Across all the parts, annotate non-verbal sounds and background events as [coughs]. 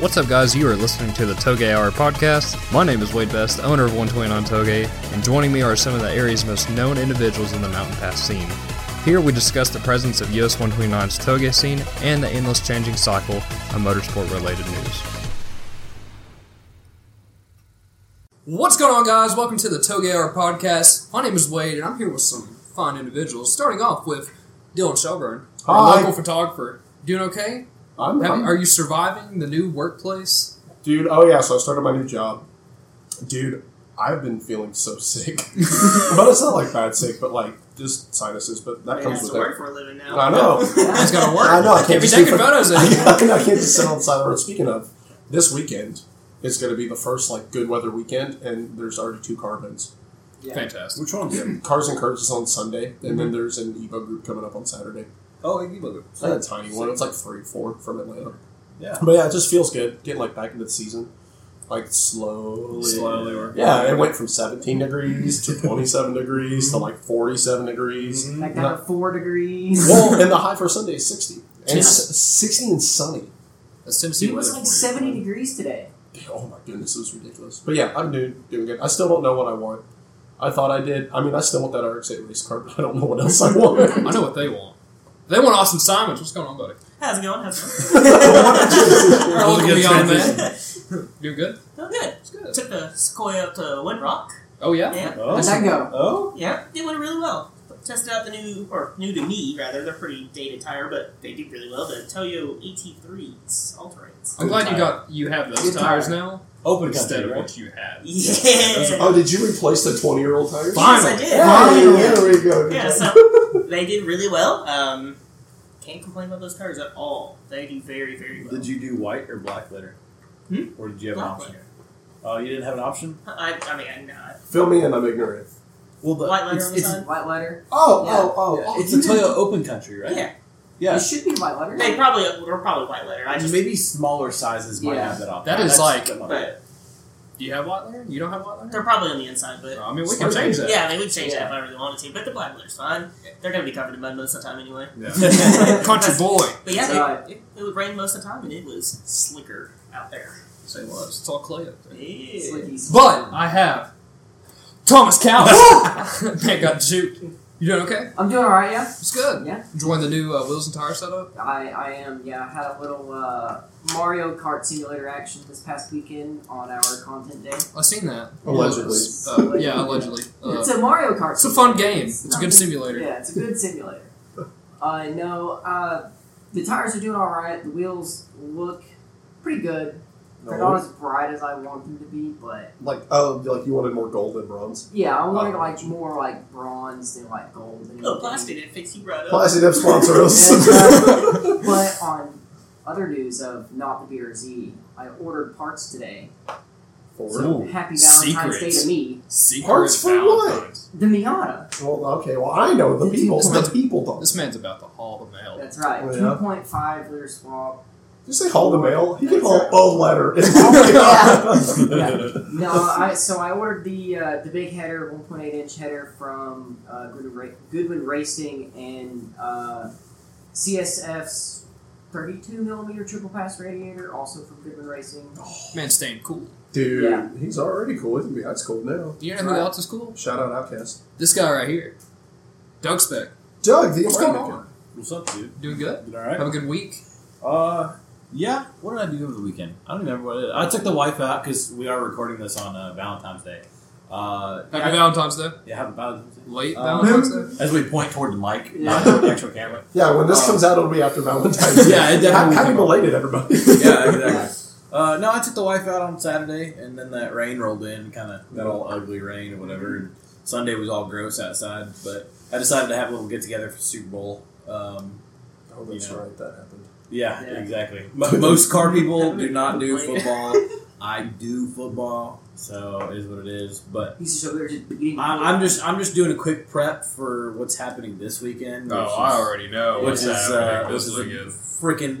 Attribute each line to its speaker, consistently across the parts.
Speaker 1: What's up, guys? You are listening to the Toge Hour podcast. My name is Wade Best, owner of 129 Toge, and joining me are some of the area's most known individuals in the Mountain Pass scene. Here we discuss the presence of US 129's Toge scene and the endless changing cycle of motorsport related news.
Speaker 2: What's going on, guys? Welcome to the Toge Hour podcast. My name is Wade, and I'm here with some fine individuals. Starting off with Dylan Shelburne, our
Speaker 3: Hi.
Speaker 2: local photographer. Doing okay?
Speaker 3: I'm,
Speaker 2: Have-
Speaker 3: I'm-
Speaker 2: are you surviving the new workplace?
Speaker 3: dude. Oh yeah, so I started my new job, dude. I've been feeling so [laughs] sick, but it's not like bad sick, but like just sinuses. But that
Speaker 4: It
Speaker 3: comes
Speaker 4: has
Speaker 3: with
Speaker 4: to work
Speaker 3: it.
Speaker 4: for a living now.
Speaker 3: I
Speaker 4: [laughs]
Speaker 3: know.
Speaker 2: It's got to work.
Speaker 3: I know. I can't,
Speaker 2: Can't be
Speaker 3: just
Speaker 2: taking
Speaker 3: do-
Speaker 2: photos
Speaker 3: [laughs] I
Speaker 2: anymore.
Speaker 3: know, I can't just sit on the side of the road. Speaking of, this weekend is going to be the first like good weather weekend, and there's already two car events.
Speaker 4: Yeah.
Speaker 2: Fantastic.
Speaker 5: Which one?
Speaker 3: Cars and Curves is on Sunday, and
Speaker 2: Mm-hmm.
Speaker 3: then there's an Evo group coming up on Saturday.
Speaker 5: Oh, Iggy Booger.
Speaker 3: It's not a tiny one. It's like three, four from Atlanta.
Speaker 5: Yeah.
Speaker 3: But yeah, it just feels good getting like back into the season, like slowly,
Speaker 5: Slowly working.
Speaker 3: Yeah, it went from 17 degrees to 27 [laughs] degrees to like 47 degrees.
Speaker 4: Like down to four
Speaker 5: Mm-hmm.
Speaker 4: degrees.
Speaker 3: Well, and the high for Sunday is 60. And
Speaker 2: Yeah.
Speaker 3: s- 60 and sunny.
Speaker 2: That's Tennessee
Speaker 4: It
Speaker 2: weather.
Speaker 4: was like
Speaker 2: for you.
Speaker 4: 70 degrees today.
Speaker 3: Oh my goodness, it was ridiculous. But yeah, I'm doing, doing good. I still don't know what I want. I thought I did. I mean, I still want that RX-8 race car, but I don't know what else I
Speaker 4: [laughs]
Speaker 3: want. [laughs]
Speaker 2: I know what they want. They want Austin Simons. What's going on, buddy?
Speaker 4: How's it going?
Speaker 3: [laughs]
Speaker 4: How's
Speaker 2: All
Speaker 4: it
Speaker 2: right, welcome
Speaker 4: [laughs]
Speaker 5: good
Speaker 2: beyond
Speaker 5: transition.
Speaker 2: that.
Speaker 4: going?
Speaker 2: Doing good?
Speaker 4: Oh, good.
Speaker 2: It's good.
Speaker 4: Took the Sequoia up to Windrock.
Speaker 2: Oh yeah.
Speaker 4: Yeah.
Speaker 5: Oh.
Speaker 4: How'd that go?
Speaker 5: Oh?
Speaker 4: Yeah, they went really well. Tested out the new, or new to me, rather. They're pretty dated tire, but they do really well. The Toyo E AT3s, Alterates.
Speaker 2: I'm glad you got you have those
Speaker 4: Good
Speaker 2: tires
Speaker 4: tire.
Speaker 2: now
Speaker 5: Open
Speaker 2: instead
Speaker 5: country,
Speaker 2: of
Speaker 5: right?
Speaker 2: what you had.
Speaker 4: [laughs] Yeah.
Speaker 3: oh, did you replace the 20-year-old tires?
Speaker 2: Fine.
Speaker 4: Yes, I did.
Speaker 3: Finally,
Speaker 4: Yeah.
Speaker 3: there we go.
Speaker 4: Yeah, so they did really well. Um, can't complain about those tires at all. They do very, very well.
Speaker 5: Did you do white or black litter?
Speaker 4: Hmm?
Speaker 5: Or did you have
Speaker 4: Black
Speaker 5: an option? Oh, you didn't have an option?
Speaker 4: I, I mean, I'm not.
Speaker 3: Fill me in, I'm ignorant.
Speaker 5: Well, the,
Speaker 4: White letter
Speaker 5: it's,
Speaker 4: on the
Speaker 5: it's,
Speaker 4: side?
Speaker 6: White letter.
Speaker 3: Oh,
Speaker 6: Yeah.
Speaker 3: oh, oh,
Speaker 5: yeah,
Speaker 3: oh.
Speaker 5: it's a Toyo Open Country, right?
Speaker 4: Yeah.
Speaker 5: Yeah.
Speaker 6: It should be white letter.
Speaker 4: They probably were probably white letter. I just.
Speaker 5: Maybe smaller sizes might
Speaker 6: Yeah.
Speaker 5: have that option.
Speaker 2: That is
Speaker 5: That's
Speaker 2: like-
Speaker 5: the mother.
Speaker 4: But
Speaker 2: Do you have Watler? You don't have Watler?
Speaker 4: they're probably on the inside, but.
Speaker 2: I mean, we can
Speaker 3: Smart.
Speaker 2: change that.
Speaker 4: Yeah, I mean, we can change
Speaker 6: Yeah.
Speaker 4: that if I really wanted to, but the black letter's fine. They're going to be covered in mud most of the time anyway.
Speaker 2: Yeah. Country boy.
Speaker 4: But yeah, it,
Speaker 6: Right.
Speaker 4: it, it would rain most of the time, and it was slicker out there.
Speaker 2: Say what? It's all clay up there.
Speaker 4: Yeah.
Speaker 6: Slickies.
Speaker 2: But I have Thomas Cowles. [laughs] Man got juked. You doing okay?
Speaker 6: I'm doing all right, yeah.
Speaker 2: It's good.
Speaker 6: Yeah.
Speaker 2: Enjoying the new uh, wheels and tire setup.
Speaker 6: I, I am. Yeah, I had a little uh, Mario Kart simulator action this past weekend on our content day.
Speaker 2: I seen that.
Speaker 3: Allegedly.
Speaker 2: Uh, yeah, allegedly. Uh,
Speaker 6: it's a Mario Kart.
Speaker 2: it's a
Speaker 6: simulator.
Speaker 2: fun game. It's a good simulator.
Speaker 6: Yeah, it's a good simulator. Uh, no, uh, the tires are doing all right. The wheels look pretty good. They're
Speaker 3: No.
Speaker 6: not as bright as I want them to be, but
Speaker 3: Like, oh, like you wanted more gold than bronze.
Speaker 6: yeah, I wanted
Speaker 3: Oh.
Speaker 6: like more like bronze than like gold. And
Speaker 4: Oh,
Speaker 6: everything.
Speaker 4: plastic did fix you right up.
Speaker 3: Plastic Dip sponsor us.
Speaker 6: Yeah, But on other news of not the BRZ, I ordered parts today.
Speaker 3: Four.
Speaker 6: So
Speaker 5: Ooh,
Speaker 6: happy Valentine's Day
Speaker 2: secrets.
Speaker 6: to me.
Speaker 2: Secret
Speaker 3: Parts for
Speaker 2: Valentine's.
Speaker 6: The Miata.
Speaker 3: Well, okay. Well, I know the people. The people don't.
Speaker 2: This man's about to haul the mail.
Speaker 6: That's right.
Speaker 3: Oh, yeah.
Speaker 6: 2.5 liter swap.
Speaker 3: Did you say haul the mail? He can
Speaker 6: That's
Speaker 3: haul
Speaker 6: right.
Speaker 3: a letter. Oh my god.
Speaker 6: Yeah.
Speaker 3: [laughs]
Speaker 6: No, I so I ordered the uh, the big header, 1.8 inch header from uh, Goodwin, Ra- Goodwin Racing and uh, CSF's 32 millimeter triple pass radiator, also from Goodwin Racing.
Speaker 2: Man's staying cool.
Speaker 3: Dude,
Speaker 6: Yeah.
Speaker 3: he's already cool with me. That's cool now.
Speaker 2: You know who
Speaker 6: Right.
Speaker 2: else is cool?
Speaker 3: Shout out Outcast.
Speaker 2: This guy right here. Doug Speck.
Speaker 3: Doug, the
Speaker 2: What's going
Speaker 3: American.
Speaker 2: on?
Speaker 5: What's up, dude?
Speaker 2: Doing good?
Speaker 5: You all right?
Speaker 2: Have a good week?
Speaker 5: Uh, yeah. What did I do over the weekend? I don't remember what I did. I took the wife out because we are recording this on uh, Valentine's Day. Uh,
Speaker 2: Happy
Speaker 5: yeah,
Speaker 2: Valentine's Day.
Speaker 5: yeah, happy Valentine's Day.
Speaker 2: Late
Speaker 5: Uh,
Speaker 2: Valentine's Day.
Speaker 5: As we point toward the mic,
Speaker 6: Yeah.
Speaker 5: not toward the actual camera.
Speaker 3: Yeah, when this
Speaker 5: Uh,
Speaker 3: comes out, it'll be after Valentine's.
Speaker 5: Yeah, it definitely
Speaker 3: Ha- Happy
Speaker 5: came out.
Speaker 3: belated,
Speaker 2: [laughs]
Speaker 3: everybody.
Speaker 5: Yeah, exactly. Uh, no, I took the wife out on Saturday, and then that rain rolled in, kind of that all ugly rain or whatever. And Sunday was all gross outside, but I decided to have a little get together for Super Bowl. Um,
Speaker 3: Oh, that's
Speaker 5: Yeah.
Speaker 3: right. That happened.
Speaker 5: yeah,
Speaker 6: Yeah.
Speaker 5: exactly. Mo- Most car people do not do football. I do football, so it is what it is. But
Speaker 6: He's just over there just beating.
Speaker 5: I, I'm just I'm just doing a quick prep for what's happening this weekend.
Speaker 2: Oh,
Speaker 5: which is-
Speaker 2: I already know.
Speaker 5: Which
Speaker 2: what's
Speaker 5: is
Speaker 2: happening
Speaker 5: uh, which
Speaker 2: this
Speaker 5: is
Speaker 2: weekend.
Speaker 5: a freaking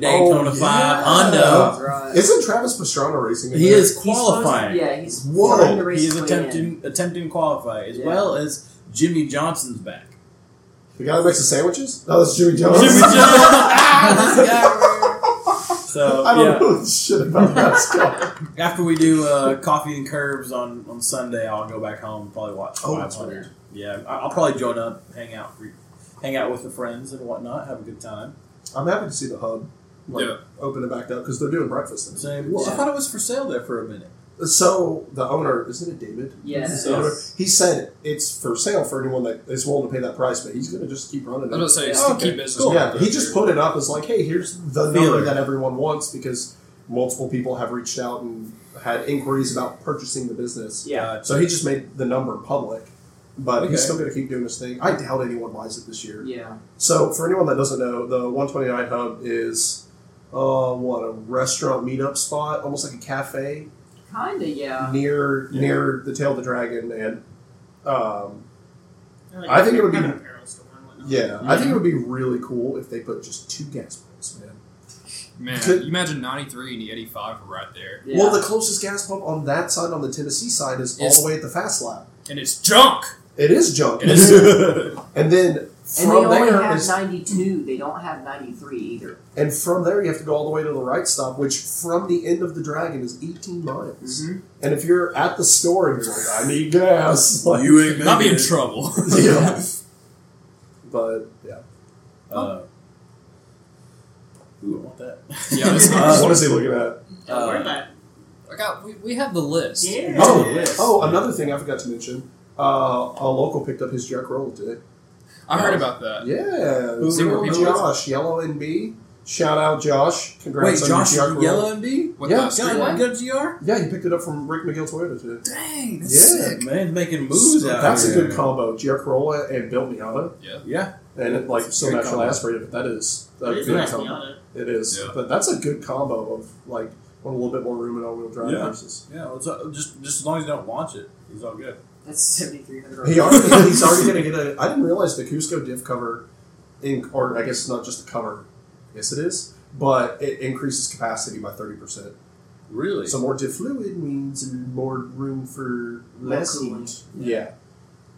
Speaker 3: yeah.
Speaker 5: Daytona Five
Speaker 3: Uh,
Speaker 5: Honda.
Speaker 6: [laughs] That's right.
Speaker 3: Isn't Travis Pastrana racing? in
Speaker 5: He
Speaker 3: there?
Speaker 5: is
Speaker 6: He's supposed-
Speaker 5: qualifying.
Speaker 6: yeah, he's
Speaker 3: Whoa,
Speaker 6: trying to race
Speaker 5: He is
Speaker 6: his way in.
Speaker 5: attempting attempting to qualify, as
Speaker 6: Yeah.
Speaker 5: well as Jimmy Johnson's [laughs] back.
Speaker 3: [laughs]
Speaker 5: [laughs] Ah,
Speaker 3: The guy that makes the sandwiches? No, that's Jimmy Jones.
Speaker 5: Jimmy Johnson. [laughs] So
Speaker 3: I don't
Speaker 5: yeah,
Speaker 3: know [laughs] shit about NASCAR.
Speaker 5: after we do uh, coffee and curves on, on Sunday, I'll go back home and probably watch
Speaker 3: Oh, that's
Speaker 5: 500. Yeah, I- I'll probably join up, hang out, for, hang out with the friends and whatnot, have a good time.
Speaker 3: I'm happy to see the hub. Like,
Speaker 1: Yeah.
Speaker 3: Open it back up because they're doing breakfast. in it.
Speaker 5: Same. Well, I thought it was for sale there for a minute.
Speaker 3: So the owner isn't it David?
Speaker 6: Yes.
Speaker 3: The owner, he said it's for sale for anyone that is willing to pay that price, but he's going to just keep running it.
Speaker 2: I was gonna say, it's
Speaker 3: Yeah,
Speaker 2: to keep business
Speaker 3: cool. Yeah,
Speaker 2: going.
Speaker 3: he just put it up as like, hey, here's the number
Speaker 5: Feeler.
Speaker 3: that everyone wants because multiple people have reached out and had inquiries about purchasing the business.
Speaker 5: Uh,
Speaker 6: Yeah.
Speaker 3: So he just made the number public, but
Speaker 5: Okay.
Speaker 3: he's still going to keep doing this thing. I doubt anyone buys it this year.
Speaker 6: Yeah.
Speaker 3: So, for anyone that doesn't know, the 129 Hub is uh, what a restaurant meetup spot, almost like a cafe
Speaker 6: Kinda. Yeah.
Speaker 3: near
Speaker 5: Yeah.
Speaker 3: near the tail of the dragon, and um,
Speaker 4: Like,
Speaker 3: I think it would be-
Speaker 4: kind of apparel store and whatnot.
Speaker 3: yeah, I think it would be really cool if they put just two gas pumps, man.
Speaker 2: Man,
Speaker 3: Could-
Speaker 2: you imagine 93 and the 85 were right there.
Speaker 6: Yeah.
Speaker 3: Well, the closest gas pump on that side, on the Tennessee side, is
Speaker 2: Is-
Speaker 3: all the way at the fast lap.
Speaker 2: And it's junk!
Speaker 3: It is junk,
Speaker 2: It
Speaker 3: [laughs]
Speaker 2: is.
Speaker 3: and then
Speaker 6: and they
Speaker 3: from
Speaker 6: only
Speaker 3: there
Speaker 6: have
Speaker 3: is,
Speaker 6: 92. They don't have 93 either.
Speaker 3: and from there you have to go all the way to the right stop, which from the end of the dragon is 18 miles. And if you're at the store and you're like, I need [laughs] gas, like,
Speaker 5: you ain't
Speaker 2: I'll be in trouble.
Speaker 3: yeah. But yeah,
Speaker 5: Uh, ooh, I want [laughs] that.
Speaker 2: Yeah, that's
Speaker 5: [laughs] Uh,
Speaker 3: what is he looking at?
Speaker 4: Don't worry
Speaker 5: Uh,
Speaker 4: about it.
Speaker 2: I got, we, we have the list.
Speaker 4: Yeah.
Speaker 3: Oh,
Speaker 5: yes.
Speaker 3: oh, another thing I forgot to mention. Uh, a local picked up his Jack Roll today.
Speaker 2: I heard about that.
Speaker 3: Yeah,
Speaker 5: Who-
Speaker 3: Zero
Speaker 2: who- who-
Speaker 3: Josh, Yellow and B. Shout out Josh!
Speaker 5: Wait,
Speaker 3: Congrats on
Speaker 5: Josh,
Speaker 3: your Jack Roll.
Speaker 5: yellow and B.
Speaker 2: What
Speaker 3: Yeah.
Speaker 2: the
Speaker 5: God,
Speaker 2: street-
Speaker 5: good gr.
Speaker 3: Yeah, he picked it up from Rick McGill Toyota today.
Speaker 2: Dang, that's
Speaker 3: Yeah.
Speaker 2: sick.
Speaker 5: Man, making moves out
Speaker 3: That's
Speaker 5: here.
Speaker 3: a good combo. Jack Rolla and Bill Miata,
Speaker 5: Yeah,
Speaker 3: and it, like still
Speaker 5: Good
Speaker 3: natural
Speaker 5: combo.
Speaker 3: aspirated, but that is a
Speaker 4: It is
Speaker 3: good
Speaker 4: nice to be
Speaker 3: combo.
Speaker 4: on it.
Speaker 3: It is,
Speaker 2: Yeah.
Speaker 3: but that's a good combo of like want a little bit more room and all wheel drive
Speaker 5: Yeah.
Speaker 3: versus.
Speaker 5: yeah. Let's, uh, just just as long as you don't launch it, it's all good.
Speaker 6: That's 7,300.
Speaker 3: [laughs] He already, he's already going to get a. I didn't realize the Cusco diff cover, in, or I guess it's not just the cover. Yes, it is, but it increases capacity by thirty percent.
Speaker 5: Really?
Speaker 3: So more diff fluid means more room for
Speaker 6: More
Speaker 3: less
Speaker 6: cooling.
Speaker 3: heat. Yeah,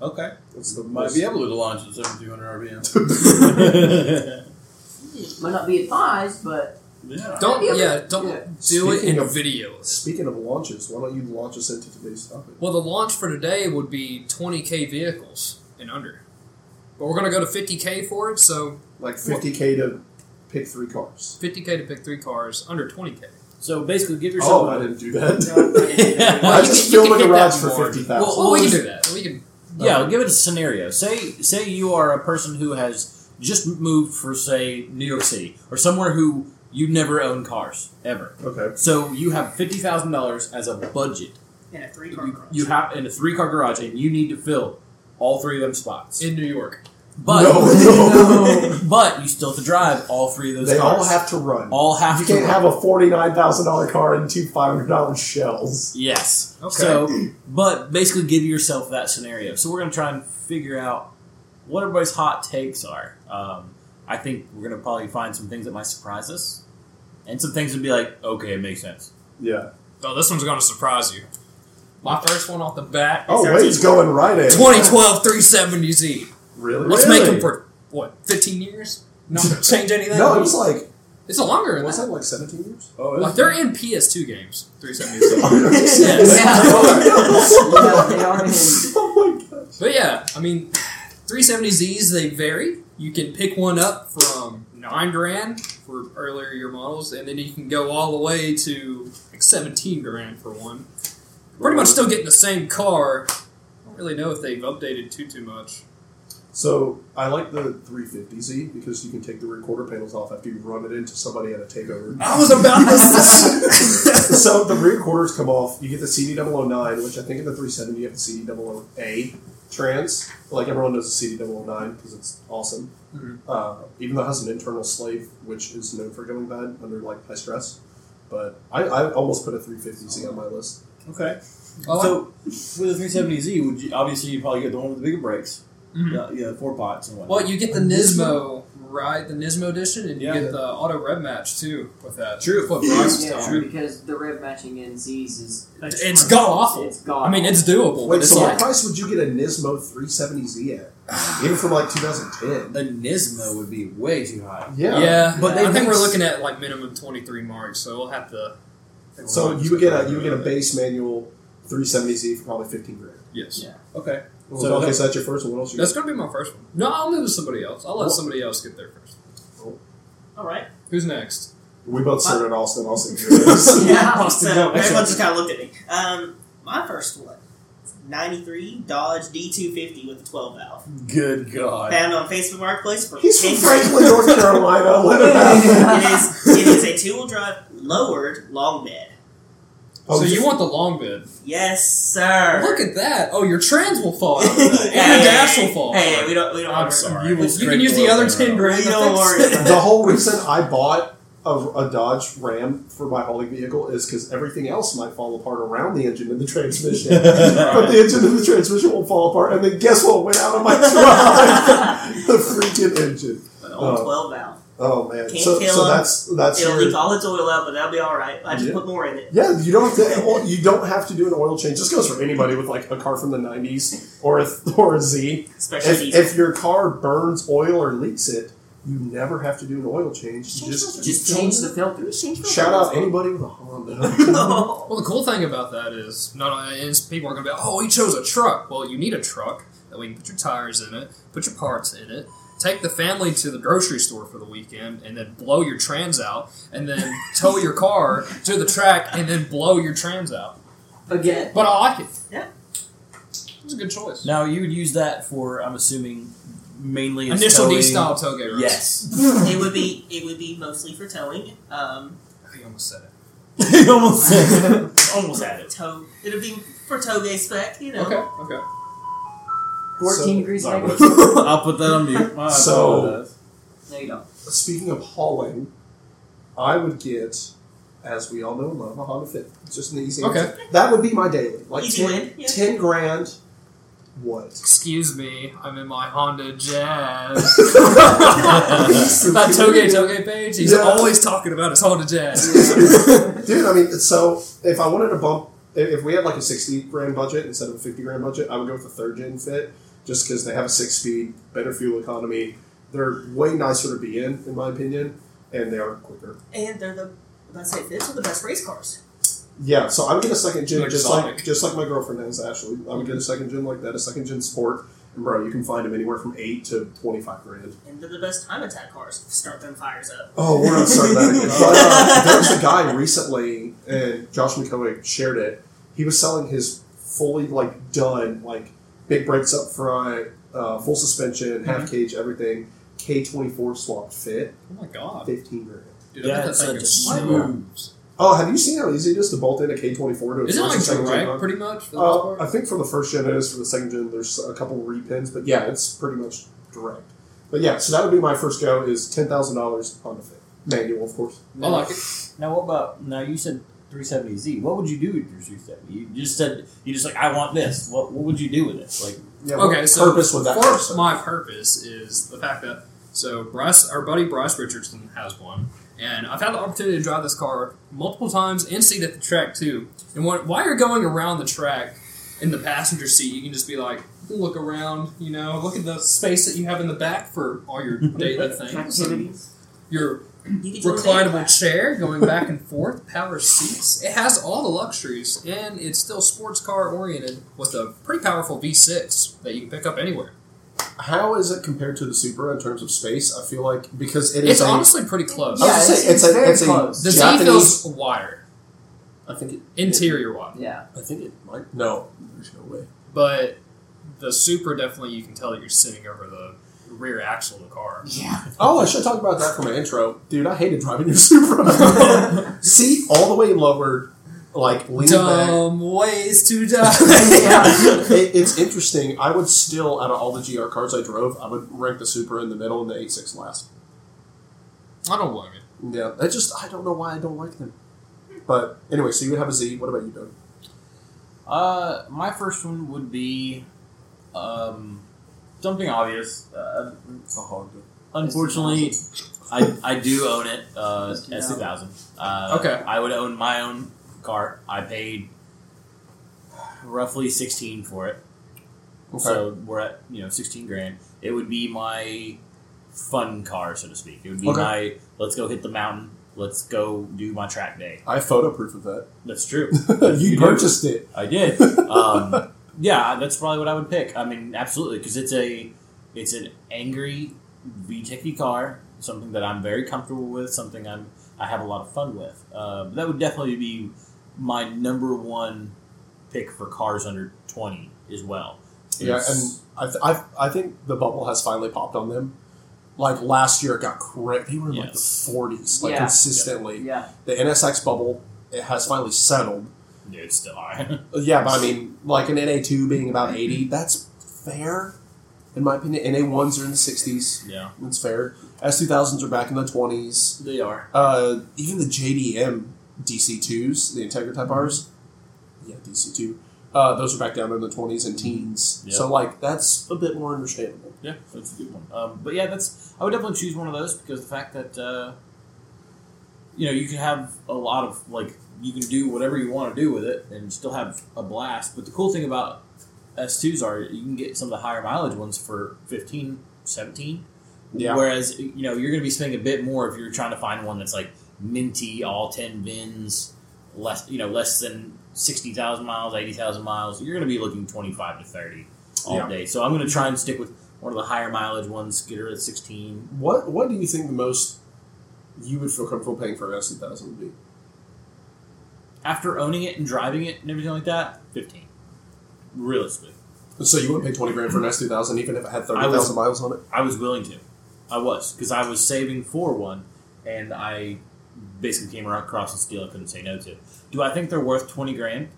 Speaker 5: okay.
Speaker 3: that's the
Speaker 5: Might
Speaker 3: [laughs] most-
Speaker 5: be able to launch at 7,200 [laughs] RPM.
Speaker 6: Might not be advised,
Speaker 3: [laughs]
Speaker 6: but
Speaker 5: yeah.
Speaker 2: Don't, yeah, don't
Speaker 6: Yeah.
Speaker 2: do it
Speaker 3: Speaking
Speaker 2: in
Speaker 3: of-
Speaker 2: videos.
Speaker 3: Speaking of launches, why don't you launch us into today's topic?
Speaker 2: Well, the launch for today would be 20k vehicles and under. But we're going to go to 50k for it, so
Speaker 3: Like 50k to pick three cars.
Speaker 2: 50k to pick three cars, under 20k.
Speaker 5: So basically, give
Speaker 3: Oh,
Speaker 5: yourself.
Speaker 3: I
Speaker 5: a,
Speaker 3: didn't do
Speaker 5: [laughs]
Speaker 6: No,
Speaker 3: that.
Speaker 2: Well,
Speaker 3: [laughs] I
Speaker 2: you
Speaker 3: Oh. just
Speaker 2: can- you
Speaker 3: filled my
Speaker 2: can hit
Speaker 3: garage
Speaker 2: that
Speaker 3: for
Speaker 2: board.
Speaker 3: fifty thousand.
Speaker 2: Well, we can do that. We can.
Speaker 5: yeah, give it a scenario. Say say you are a person who has just moved for say New York City or somewhere who you never own cars ever.
Speaker 3: okay.
Speaker 5: So you have fifty thousand dollars as a budget.
Speaker 4: In a three car
Speaker 5: You, you have in a three car garage and you need to fill all three of them spots.
Speaker 2: in New York.
Speaker 5: but
Speaker 3: no, no.
Speaker 5: but you still have to drive all three of those.
Speaker 3: they
Speaker 5: cars.
Speaker 3: all have to run.
Speaker 5: all have
Speaker 3: You
Speaker 5: to
Speaker 3: can't
Speaker 5: run.
Speaker 3: have a forty-nine thousand dollar car and two five hundred dollar shells.
Speaker 5: Yes.
Speaker 2: Okay.
Speaker 5: So, but basically, give yourself that scenario. So we're gonna try and figure out what everybody's hot takes are. Um, I think we're gonna probably find some things that might surprise us, and some things would be like, okay, it makes sense.
Speaker 3: Yeah.
Speaker 2: Oh, this one's going to surprise you. My first one off the bat.
Speaker 3: Oh,
Speaker 4: Sounds
Speaker 3: wait, it's going right in.
Speaker 2: 2012 370Z.
Speaker 3: Really?
Speaker 2: Let's
Speaker 5: Really?
Speaker 2: make them for what 15 years. [laughs] Not change anything.
Speaker 3: No, it was like
Speaker 2: it's a longer. than
Speaker 3: was
Speaker 2: that.
Speaker 3: that like seventeen
Speaker 5: [laughs]
Speaker 3: years?
Speaker 5: Oh,
Speaker 2: Like they're in PS2 games. [laughs] 370Z.
Speaker 6: yeah, they are in.
Speaker 3: Oh my gosh.
Speaker 2: But yeah, I mean, 370Zs, they vary. You can pick one up from 9 grand for earlier year models, and then you can go all the way to like 17 grand for one. Pretty much still getting the same car. I don't really know if they've updated too, too much.
Speaker 3: [laughs] So I like the 350Z because you can take the rear quarter panels off after you run it into somebody at a takeover.
Speaker 2: I was about [laughs] to
Speaker 3: so the rear quarters come off. You get the CD009, which I think in the 370 you have the CD00A trans. Like everyone knows the CD009 because oh it's awesome.
Speaker 2: Mhm.
Speaker 3: Uh, even though it has an internal slave, which is known for going bad under like high stress. But I, I almost put a 350Z on my list.
Speaker 5: okay.
Speaker 2: Oh,
Speaker 5: so with the E, 370Z, would you, obviously you probably get the one with the bigger brakes,
Speaker 2: Mhm.
Speaker 5: yeah, yeah, four pots and whatnot.
Speaker 2: well, you get the Nismo ride the Nismo edition, and you
Speaker 5: Yeah.
Speaker 2: get the auto rev match too with that.
Speaker 5: True.
Speaker 2: That's what Bryce was
Speaker 6: Yeah,
Speaker 2: telling me.
Speaker 6: because the rev matching NCs is
Speaker 2: It's god awful.
Speaker 6: It's god.
Speaker 2: I mean, it's doable.
Speaker 3: Wait,
Speaker 2: but it's
Speaker 3: so
Speaker 2: like
Speaker 3: what price would you get a Nismo 370Z [sighs] at? Even from like 2010.
Speaker 5: A Nismo would be way too high.
Speaker 2: yeah,
Speaker 5: But
Speaker 2: but
Speaker 5: they
Speaker 2: I think
Speaker 5: mix-
Speaker 2: we're looking at like minimum twenty three marks, so we'll have to.
Speaker 3: So you would get a you would get a base manual 370Z for probably 15 grand.
Speaker 2: Yes.
Speaker 5: Okay.
Speaker 3: So, okay, so that's your first one. What else you
Speaker 2: That's
Speaker 3: got?
Speaker 2: gonna be my first one. No, I'll move with somebody else. I'll let
Speaker 3: Well-
Speaker 2: somebody else get there first.
Speaker 4: All right.
Speaker 2: Who's next?
Speaker 3: We both started Austin. Austin, [laughs]
Speaker 4: [laughs]
Speaker 3: yours.
Speaker 4: yeah,
Speaker 2: Austin,
Speaker 4: so
Speaker 2: no, excellent.
Speaker 4: everyone just kind of looked at me. Um, my first one, it's 93 Dodge D250 with a 12 valve.
Speaker 5: Good God.
Speaker 4: Found on Facebook Marketplace for
Speaker 3: He's from
Speaker 4: 10 grand.
Speaker 3: Franklin, North Carolina. Let him have
Speaker 4: [laughs] it is it is a two wheel drive lowered long bed.
Speaker 3: Oh,
Speaker 2: so
Speaker 3: just-
Speaker 2: you want the long bid?
Speaker 4: Yes, sir.
Speaker 2: Look at that! Oh, your trans will
Speaker 3: [laughs]
Speaker 2: fall, out, and
Speaker 4: [laughs]
Speaker 2: your
Speaker 4: Hey,
Speaker 2: dash will fall.
Speaker 4: Hey, hey, we don't. We don't.
Speaker 2: I'm
Speaker 4: worry. [laughs]
Speaker 2: sorry.
Speaker 5: You will
Speaker 2: You
Speaker 5: scrape
Speaker 2: can use
Speaker 5: the
Speaker 2: the other
Speaker 5: oil
Speaker 2: ten
Speaker 5: out.
Speaker 2: grand.
Speaker 4: We
Speaker 2: to
Speaker 4: don't
Speaker 2: fix
Speaker 4: worry
Speaker 2: it.
Speaker 4: about
Speaker 3: the whole reason I bought a, a Dodge Ram for my hauling vehicle is because everything else might fall apart around the engine and the transmission.
Speaker 4: [laughs]
Speaker 3: but
Speaker 5: [laughs]
Speaker 3: the engine and the transmission won't fall apart, and then guess what went out of [laughs] my truck?
Speaker 4: [laughs]
Speaker 3: the freaking engine.
Speaker 4: But only
Speaker 3: Oh.
Speaker 4: twelve valve.
Speaker 3: Oh man!
Speaker 4: Can't
Speaker 3: so
Speaker 4: kill
Speaker 3: so
Speaker 4: 'em.
Speaker 3: that's that's
Speaker 4: It'll
Speaker 3: your-
Speaker 4: leak all its oil out, but that'll be all right. I just
Speaker 3: Yeah.
Speaker 4: put more in it.
Speaker 3: yeah. You don't have to you don't have to do an oil change. This goes for anybody with like a car from the '90s or a or a Z.
Speaker 4: Especially
Speaker 3: if,
Speaker 4: diesel.
Speaker 3: if your car burns oil or leaks it, you never have to do an oil change. You just,
Speaker 6: just change the filters.
Speaker 3: Shout
Speaker 4: [laughs]
Speaker 3: out anybody with a Honda.
Speaker 4: oh,
Speaker 2: Well, the cool thing about that is not only is people are going to be like, oh, he chose a truck. Well, you need a truck that way you can put your tires in it, put your parts in it, take the family to the grocery store for the weekend, and then blow your trans out, and then tow your car to the track and then blow your trans out.
Speaker 6: again.
Speaker 2: But I like it.
Speaker 4: Yeah.
Speaker 2: It's a good choice.
Speaker 5: Now you would use that for, I'm assuming, mainly as
Speaker 2: Initial D
Speaker 5: towing.
Speaker 2: style tailgate roast.
Speaker 5: Yes.
Speaker 4: it would be it would be mostly for towing. Um,
Speaker 2: I almost said it.
Speaker 5: [laughs] You almost said [laughs] almost had it.
Speaker 4: tow. It'll be for towgay spec. You know.
Speaker 2: Okay, okay.
Speaker 6: Fourteen
Speaker 3: So-
Speaker 6: degrees.
Speaker 3: Sorry.
Speaker 6: negative.
Speaker 5: I'll put that on mute. My
Speaker 3: So-
Speaker 5: apologies.
Speaker 6: No, you don't.
Speaker 3: Speaking of hauling, I would get, as we all know and love, a Honda Fit. It's just an easy
Speaker 2: Okay.
Speaker 3: answer. That would be my daily. Like
Speaker 4: Easy
Speaker 3: 10,
Speaker 4: win, yeah.
Speaker 3: 10 grand. What? [laughs]
Speaker 2: Excuse me, I'm in my Honda Jazz. [laughs] that toge
Speaker 3: Dude,
Speaker 2: toge page, he's
Speaker 3: Yeah.
Speaker 2: always talking about his Honda
Speaker 3: [laughs]
Speaker 2: Jazz.
Speaker 3: I mean, so if I wanted to bump, if if we had like a 60 grand budget instead of a 50 grand budget, I would go with a third gen Fit just because they have a six speed, better fuel economy. They're way nicer to be in, in my opinion, and they are quicker.
Speaker 4: And they're the. Let's say this are the best race cars.
Speaker 3: Yeah, so I would get a second gen,
Speaker 2: Like
Speaker 3: just
Speaker 2: Sonic.
Speaker 3: like just like my girlfriend has Ashley. I would get a second gen like that, a second gen sport, and bro, you can find them anywhere from eight to twenty five grand.
Speaker 4: And they're the best time attack cars. Start them fires up.
Speaker 3: Oh, we're not
Speaker 2: [laughs]
Speaker 3: starting that again. But uh, there was a guy recently, and Josh McCoy shared it. He was selling his fully like done, like big brakes up front, uh, full suspension,
Speaker 2: Mm-hmm.
Speaker 3: half cage, everything. K twenty four swapped fit,
Speaker 2: [laughs] Oh my god.
Speaker 3: fifteen grand.
Speaker 2: Dude, I bet
Speaker 5: [laughs] Yeah,
Speaker 2: that
Speaker 5: it's
Speaker 2: thing
Speaker 5: like
Speaker 2: is
Speaker 5: a
Speaker 2: smart.
Speaker 5: smooth-
Speaker 3: Oh, have you seen how easy it is to bolt in a K twenty four to a
Speaker 2: Isn't it
Speaker 3: Dodge
Speaker 2: like
Speaker 3: second gen
Speaker 2: direct,
Speaker 3: Dodge?
Speaker 2: pretty much? For the most
Speaker 3: Uh,
Speaker 2: part?
Speaker 3: I think for the first gen it is. For the second gen, there's a couple repins, but yeah, it's pretty much direct. But yeah, so that would be my first go is ten thousand dollars on the fit manual, of course.
Speaker 2: I like it.
Speaker 5: Now what about now you said 370Z. What would you do with your 370? You just said you just like I want this. What what would you do with this? Like
Speaker 3: Yeah, what
Speaker 2: Okay, so
Speaker 3: purpose with that.
Speaker 2: for
Speaker 3: person?
Speaker 2: my purpose is the fact that so Bryce, our buddy Bryce Richardson has one, and I've had the opportunity to drive this car multiple times and see it at the track too. And when, while you're going around the track in the passenger seat, you can just be like, look around, you know, look at the space that you have in the back for all your
Speaker 5: [laughs]
Speaker 2: daily things, and
Speaker 6: Activities.
Speaker 2: your
Speaker 4: You could do a day
Speaker 2: reclinable
Speaker 4: class.
Speaker 2: chair going back and forth, power seats. It has all the luxuries, and it's still sports car oriented with a pretty powerful V6 that you can pick up anywhere.
Speaker 3: How is it compared to the Supra in terms of space? I feel like because it is
Speaker 2: It's
Speaker 3: a,
Speaker 2: honestly pretty close.
Speaker 3: I was
Speaker 6: Yeah,
Speaker 3: gonna say,
Speaker 6: it's-
Speaker 3: it's,
Speaker 6: it's
Speaker 3: a,
Speaker 6: very
Speaker 3: it's a
Speaker 6: close.
Speaker 2: The Z
Speaker 3: Japanese.
Speaker 2: feels wider,
Speaker 3: I think it,
Speaker 2: interior wide,
Speaker 6: Yeah.
Speaker 3: I think it might. No, there's no way.
Speaker 2: but the Supra definitely you can tell that you're sitting over the rear axle of the
Speaker 3: [laughs]
Speaker 2: car.
Speaker 6: Yeah.
Speaker 3: Oh, I should talk about that for my intro, dude. I hated driving [laughs] your
Speaker 6: [laughs]
Speaker 3: Supra. Seat all the way lowered, like lean back.
Speaker 6: [laughs]
Speaker 3: [laughs]
Speaker 2: Dumb ways to die.
Speaker 3: yeah, it, it's interesting. I would still, out of all the GR cars I drove, I would rank the Supra in the middle and the 86 last.
Speaker 2: I don't blame it.
Speaker 3: Yeah, I just I don't know why I don't like them. But anyway, so you would have a Z. What about you, Doug?
Speaker 5: uh my first one would be um something obvious. Uh, it's not hard to- Unfortunately, I, I do own it uh,
Speaker 6: It's
Speaker 5: S two thousand. Uh,
Speaker 2: Okay.
Speaker 5: I would own my own car. I paid roughly sixteen for it, so we're at you know sixteen grand. It would be my fun car, so to speak. It would be
Speaker 3: Okay.
Speaker 5: my let's go hit the mountain. Let's go do my track day.
Speaker 3: I have photo proof of that.
Speaker 5: That's true.
Speaker 3: [laughs] you,
Speaker 5: You do.
Speaker 3: purchased it.
Speaker 5: I [laughs] did. Um, yeah, that's probably what I would pick. I mean, absolutely, because it's a it's an angry VTEC car, something that I'm very comfortable with, something I'm I have a lot of fun with. Uh, that would definitely be my number one pick for cars under twenty as well.
Speaker 3: Yeah, and
Speaker 5: It's-
Speaker 3: I, th- I, I think the bubble has finally popped on them. Like last year, it got crazy. They were in like the
Speaker 5: Yes.
Speaker 3: forties, like
Speaker 6: Yeah.
Speaker 3: consistently.
Speaker 6: Yeah.
Speaker 3: The NSX bubble it has finally settled.
Speaker 5: yeah, it's still high.
Speaker 3: Uh, Yeah, but I mean, like an NA two being about eighty, that's fair, in my opinion. NA ones are in the sixties.
Speaker 5: [laughs] yeah,
Speaker 3: That's fair. S two thousands are back in the twenties.
Speaker 5: they are.
Speaker 3: Uh, even the JDM DC twos, the Integra Type R's, yeah, DC two. Uh, those are back down in the twenties and teens.
Speaker 5: Yeah.
Speaker 3: So like that's a bit more understandable.
Speaker 5: Yeah, that's a good one. Um, but yeah, that's I would definitely choose one of those because the fact that uh, you know you can have a lot of like you can do whatever you want to do with it and still have a blast. But the cool thing about S2s are you can get some of the higher mileage ones for 15, 17.
Speaker 3: Yeah.
Speaker 5: Whereas you know you're going to be spending a bit more if you're trying to find one that's like minty, all ten VINs, less you know less than sixty thousand miles, eighty thousand miles. You're going to be looking twenty five to thirty all
Speaker 3: Yeah.
Speaker 5: day. So I'm going to try and stick with one of the higher mileage ones. Get her at sixteen.
Speaker 3: What What do you think the most you would feel comfortable paying for an S two thousand would be?
Speaker 5: After owning it and driving it and everything like that, fifteen. Realistically,
Speaker 3: So you wouldn't pay twenty grand for an S two thousand, even if it had
Speaker 5: would.
Speaker 3: thirty thousand miles on it.
Speaker 5: I was willing to. I was because I was saving for one, and I basically came around across this deal I couldn't say no to. Do I think they're worth twenty grand?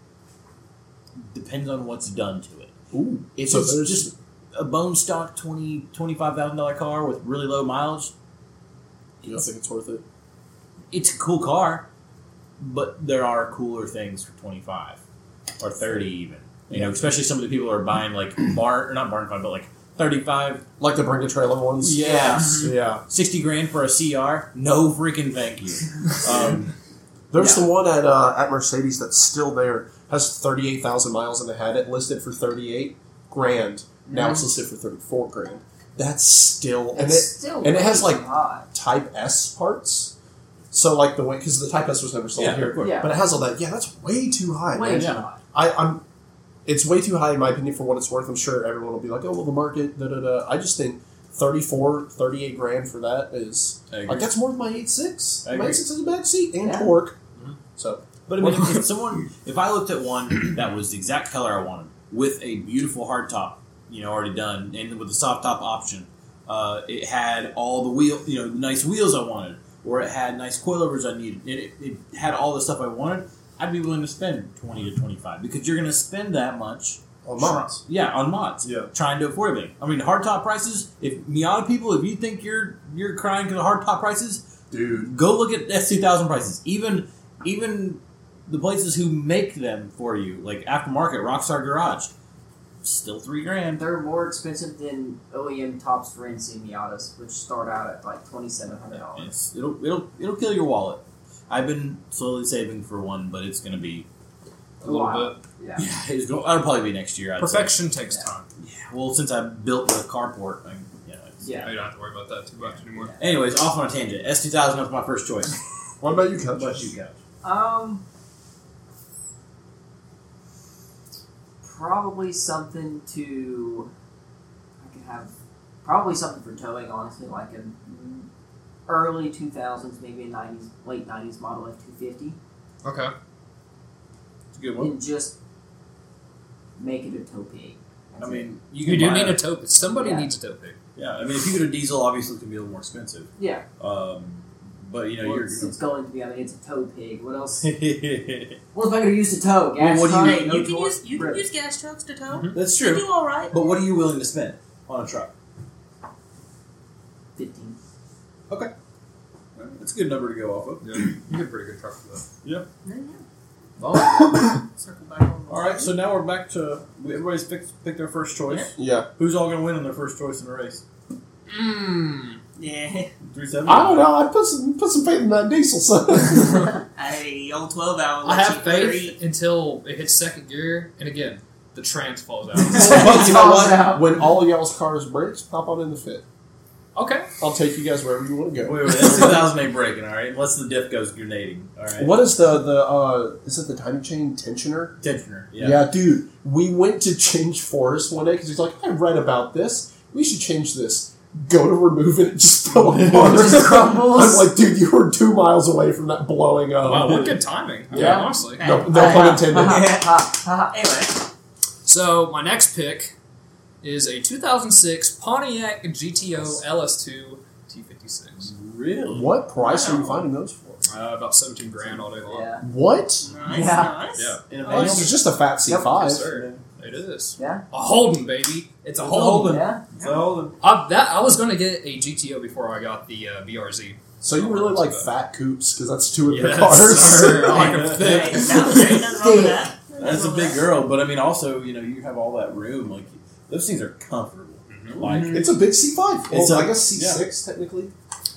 Speaker 5: Depends on what's done to it.
Speaker 3: Ooh,
Speaker 5: If
Speaker 3: so
Speaker 5: it's
Speaker 3: there's
Speaker 5: just a bone stock twenty twenty five thousand dollar car with really low mileage,
Speaker 3: you don't think it's worth it?
Speaker 5: it's a cool car, but there are cooler things for twenty five or thirty even. You know, especially some of the people who are buying like [clears throat] bar or not barn five, but like thirty five
Speaker 3: Like the bring a trailer ones.
Speaker 5: Yes.
Speaker 3: yeah.
Speaker 5: 60 grand for a CR? No freaking thank [laughs] you. Um,
Speaker 3: There's the one at uh, at Mercedes that's still there. Has thirty eight thousand miles and they had it listed for thirty eight grand. Now it's listed for thirty four grand. That's still and
Speaker 6: It's
Speaker 3: it
Speaker 6: still
Speaker 3: and it has,
Speaker 6: way
Speaker 3: like-
Speaker 6: too high.
Speaker 3: Type S parts. So like the way because the Type S was never sold
Speaker 5: Yeah, of
Speaker 3: here,
Speaker 5: course.
Speaker 6: Yeah.
Speaker 3: but it has all that. Yeah, that's way too high.
Speaker 6: way
Speaker 3: man.
Speaker 6: too
Speaker 5: yeah.
Speaker 6: high.
Speaker 3: I, I'm. It's way too high in my opinion for what it's worth. I'm sure everyone will be like, "Oh, well, the market." Da da da. I just think 34, 38 grand for that is like that's more than my eight six.
Speaker 5: I
Speaker 3: My
Speaker 5: agree.
Speaker 3: eight six is a back seat and
Speaker 6: Yeah.
Speaker 3: torque.
Speaker 5: Mhm.
Speaker 3: So
Speaker 5: But I mean, if, if someone, if I looked at one that was the exact color I wanted, with a beautiful hard top, you know, already done, and with the soft top option, uh, it had all the wheel, you know, nice wheels I wanted, or it had nice coilovers I needed, and it, it had all the stuff I wanted, I'd be willing to spend 20 to 25 because you're going to spend that much.
Speaker 3: on mods,
Speaker 5: Yeah, on mods.
Speaker 3: yeah,
Speaker 5: trying to afford everything. I mean, hard top prices. If Miata people, if you think you're you're crying because of hard top prices,
Speaker 3: dude,
Speaker 5: go look at S two thousand prices. Even even the places who make them for you, like aftermarket Rockstar Garage, still three grand.
Speaker 6: They're more expensive than OEM tops for NC Miatas, which start out at like twenty seven hundred dollars.
Speaker 5: It's, it'll it'll it'll kill your wallet. I've been slowly saving for one, but it's gonna be
Speaker 2: a little
Speaker 6: Wow.
Speaker 2: bit.
Speaker 6: Yeah.
Speaker 5: yeah, [laughs] it's going. It'll probably be next year. I'd say.
Speaker 2: Perfection takes time.
Speaker 5: Well, since I built the carport, I, you know. It's,
Speaker 6: Yeah.
Speaker 2: You don't have to worry about that too much anymore.
Speaker 5: Anyways, off on a tangent. S two thousand was my first choice.
Speaker 3: What about you,
Speaker 5: How
Speaker 3: Coach?
Speaker 5: about you guys?
Speaker 6: Um, probably something to. I could have probably something for towing. Honestly, like an early two thousands, maybe a nineties, late nineties model F two fifty,
Speaker 2: Okay.
Speaker 5: It's a good
Speaker 6: and just make it a tow pig.
Speaker 5: I
Speaker 6: That's it.
Speaker 5: mean,
Speaker 2: You,
Speaker 5: you, can
Speaker 2: do
Speaker 5: buy
Speaker 2: need a tow pig. Somebody
Speaker 6: Yeah.
Speaker 2: needs a tow pig.
Speaker 5: Yeah, I mean, if you get a diesel, obviously it's gonna be a little more expensive.
Speaker 6: yeah,
Speaker 5: Um, but you know,
Speaker 6: well,
Speaker 5: you're
Speaker 6: it's, it's going to be. I mean, it's a tow pig. What else?
Speaker 5: [laughs] gonna.
Speaker 6: What am I going to use to tow? Gas
Speaker 5: what do you
Speaker 6: truck?
Speaker 5: mean?
Speaker 4: Hey,
Speaker 5: no
Speaker 4: you can
Speaker 5: torque?
Speaker 4: use you can
Speaker 6: Right.
Speaker 4: use gas trucks to tow.
Speaker 2: Mhm.
Speaker 5: That's
Speaker 4: You do all right.
Speaker 5: But what are you willing to spend on a truck?
Speaker 6: Fifteen.
Speaker 5: That's a good number to go off of.
Speaker 2: Yeah. You get a
Speaker 5: [clears throat]
Speaker 2: pretty good truck for that.
Speaker 4: Yeah, yeah.
Speaker 5: All
Speaker 4: [coughs] Circle back on.
Speaker 5: right, so now we're back to everybody's picked, picked their first choice.
Speaker 3: Yeah,
Speaker 5: Who's all gonna win on their first choice in the race?
Speaker 2: Mm.
Speaker 4: Yeah,
Speaker 5: Three seventy.
Speaker 3: I don't know. I put some put some faith in that diesel. So.
Speaker 4: I old twelve hour.
Speaker 2: I have
Speaker 4: lets you
Speaker 2: faith until it hits second gear, and again, the trans falls out.
Speaker 3: [laughs] But you know
Speaker 6: Toss it
Speaker 3: what?
Speaker 6: out.
Speaker 3: When all y'all's cars breaks, pop on in the fit.
Speaker 2: okay.
Speaker 3: I'll take you guys wherever you want to
Speaker 5: Wait,
Speaker 3: go.
Speaker 5: wait, that's 2008 breaking, all right? Unless the diff goes grenading, all right?
Speaker 3: What is the the uh, is it the timing chain tensioner?
Speaker 5: Tensioner, yeah.
Speaker 3: Yeah. dude. We went to change Forrest one day because he's like, I read about this. We should change this. Go to remove it. It just fell apart.
Speaker 2: [laughs]
Speaker 6: Just
Speaker 3: [laughs]
Speaker 6: crumbles.
Speaker 3: I'm like, dude, you were two miles away from that blowing up.
Speaker 2: Wow, what good timing. I mean,
Speaker 3: Yeah.
Speaker 2: honestly.
Speaker 3: No, no pun intended.
Speaker 4: free. Anyway,
Speaker 2: So my next pick is a 2006 Pontiac GTO LS2 T56.
Speaker 5: Really?
Speaker 3: What price are you
Speaker 4: Wow.
Speaker 3: finding those for?
Speaker 2: Uh, about 17 grand all day long.
Speaker 6: Yeah.
Speaker 3: What?
Speaker 4: nice,
Speaker 6: Yeah.
Speaker 4: nice.
Speaker 2: Yeah.
Speaker 5: In a
Speaker 3: Oh,
Speaker 5: van?
Speaker 3: it's just a fat C five.
Speaker 2: Yes, sir. It is.
Speaker 6: Yeah.
Speaker 2: A Holden, baby. It's a Holden.
Speaker 6: Yeah.
Speaker 5: So,
Speaker 2: I, that, I was going to get a GTO before I got the uh, BRZ.
Speaker 3: so you really like fat coupes because that's two of your
Speaker 2: Yes,
Speaker 3: cars.
Speaker 2: sir. I am
Speaker 4: [laughs]
Speaker 5: Yeah.
Speaker 4: Hey,
Speaker 2: thick.
Speaker 4: no, there's nothing wrong with that.
Speaker 5: that's a big girl, but I mean, also, you know, you have all that room. Like, those things are comfortable.
Speaker 3: [laughs]
Speaker 5: Like,
Speaker 3: It's a big C five. Well,
Speaker 5: It's a-
Speaker 3: I guess C six technically.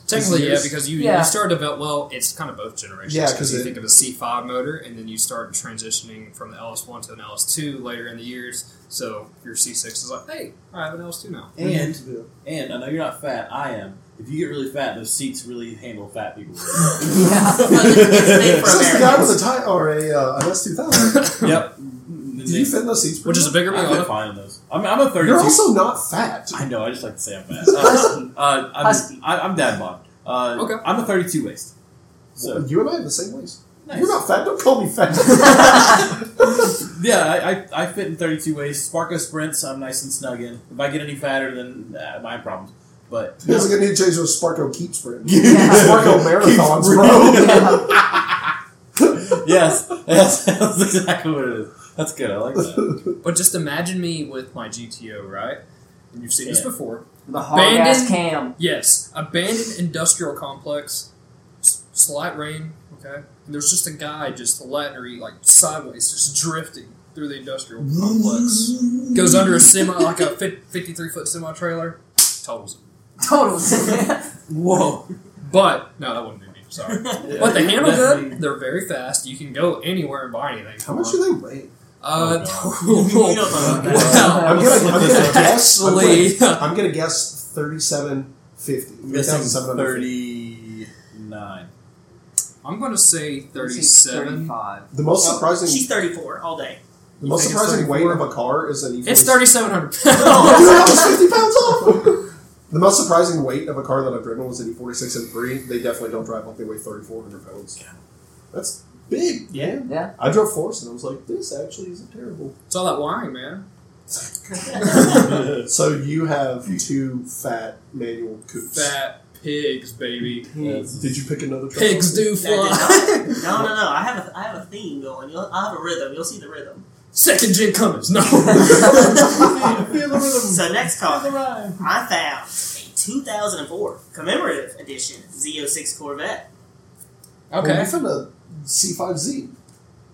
Speaker 2: Technically, yeah,
Speaker 3: Years.
Speaker 2: because you,
Speaker 6: Yeah.
Speaker 2: you start develop. Well, it's kind of both generations.
Speaker 3: Yeah, 'cause
Speaker 2: because you
Speaker 3: it-
Speaker 2: think of a C5 motor, and then you start transitioning from the LS1 to an LS2 later in the years. So your C6 is like, hey, I have an LS2 now.
Speaker 3: Mm-hmm.
Speaker 5: and, and I know you're not fat, I am. If you get really fat, those seats really handle fat people.
Speaker 4: It's made for
Speaker 3: Since the guy
Speaker 4: Americans.
Speaker 3: was a tie or a uh, an S two
Speaker 2: [laughs]
Speaker 3: thousand,
Speaker 5: yep.
Speaker 3: do you fit in those seats?
Speaker 2: Which is a bigger
Speaker 5: I'm
Speaker 2: Miata.
Speaker 5: fine in those. I'm, I'm a 32.
Speaker 3: You're also not fat.
Speaker 5: I know. I just like to say I'm fat. Uh, uh, I'm,
Speaker 6: Husky.
Speaker 5: I, I'm dad bod. Uh,
Speaker 2: Okay.
Speaker 5: I'm a 32 waist. So
Speaker 3: you and I are the same ways.
Speaker 5: nice.
Speaker 3: You're not fat. Don't call me
Speaker 5: [laughs]
Speaker 3: fat.
Speaker 5: yeah, I, I, I fit in 32 waist. Sparko sprints. I'm nice and snug in. If I get any fatter, then uh, my problems.
Speaker 3: [laughs]
Speaker 5: But
Speaker 3: He doesn't get any change to a Sparko keep sprint.
Speaker 6: Yeah.
Speaker 3: Sparko marathons, bro.
Speaker 5: yes, [laughs] yes, that's exactly what it is. That's good. I like that.
Speaker 3: [laughs]
Speaker 2: But just imagine me with my GTO, right? And you've seen this
Speaker 5: Yeah.
Speaker 2: before.
Speaker 6: The hard ass cam.
Speaker 2: Yes, abandoned industrial complex, s- slight rain. Okay, and there's just a guy just letting her eat like sideways, just drifting through the industrial complex. Goes under
Speaker 3: [laughs]
Speaker 2: a semi, like a fif- 53 foot semi trailer, totals. it.
Speaker 4: [laughs]
Speaker 6: Totally.
Speaker 5: Whoa.
Speaker 2: But no, that wouldn't be me. Sorry. [laughs] But they handle good. They're very fast. You can go anywhere and buy anything.
Speaker 3: How much do they weigh?
Speaker 2: Uh, [laughs]
Speaker 4: We don't know about that.
Speaker 2: Well,
Speaker 3: I'm gonna, I'm gonna
Speaker 2: [laughs]
Speaker 3: guess. I'm
Speaker 2: Actually,
Speaker 3: gonna, I'm gonna guess thirty-seven fifty.
Speaker 5: Missing 39.
Speaker 2: I'm gonna say 37.
Speaker 6: 35.
Speaker 3: The most
Speaker 4: Well,
Speaker 3: surprising,
Speaker 4: She's 34 all day.
Speaker 3: the most
Speaker 2: think it's
Speaker 3: surprising weight
Speaker 2: 34?
Speaker 3: of a car is an. E46.
Speaker 2: It's 3,700
Speaker 3: [laughs] Oh,
Speaker 2: pounds.
Speaker 3: dude, I was fifty pounds off. [laughs] The most surprising weight of a car that I've driven was an E46 and three. They definitely don't drive like they weigh thirty-four hundred pounds. That's big. Yeah,
Speaker 6: Yeah.
Speaker 3: I drove Force and I was like, this actually isn't [laughs] terrible.
Speaker 2: [laughs] It's all that wiring, man.
Speaker 3: So you have two fat manual coupes.
Speaker 2: Fat pigs, baby.
Speaker 5: Yes.
Speaker 3: Did you pick another? truck?
Speaker 2: Pigs [laughs]
Speaker 3: [laughs]
Speaker 2: do
Speaker 4: No, I
Speaker 2: fly.
Speaker 4: did not. no, no, no. I have a, I have a theme going. You'll, I have a rhythm. You'll see the rhythm.
Speaker 2: Second gen Cummins. No.
Speaker 4: So next car, I found a 2004 commemorative edition Z06 Corvette.
Speaker 3: Well, you
Speaker 2: [laughs] okay.
Speaker 3: found a C5Z.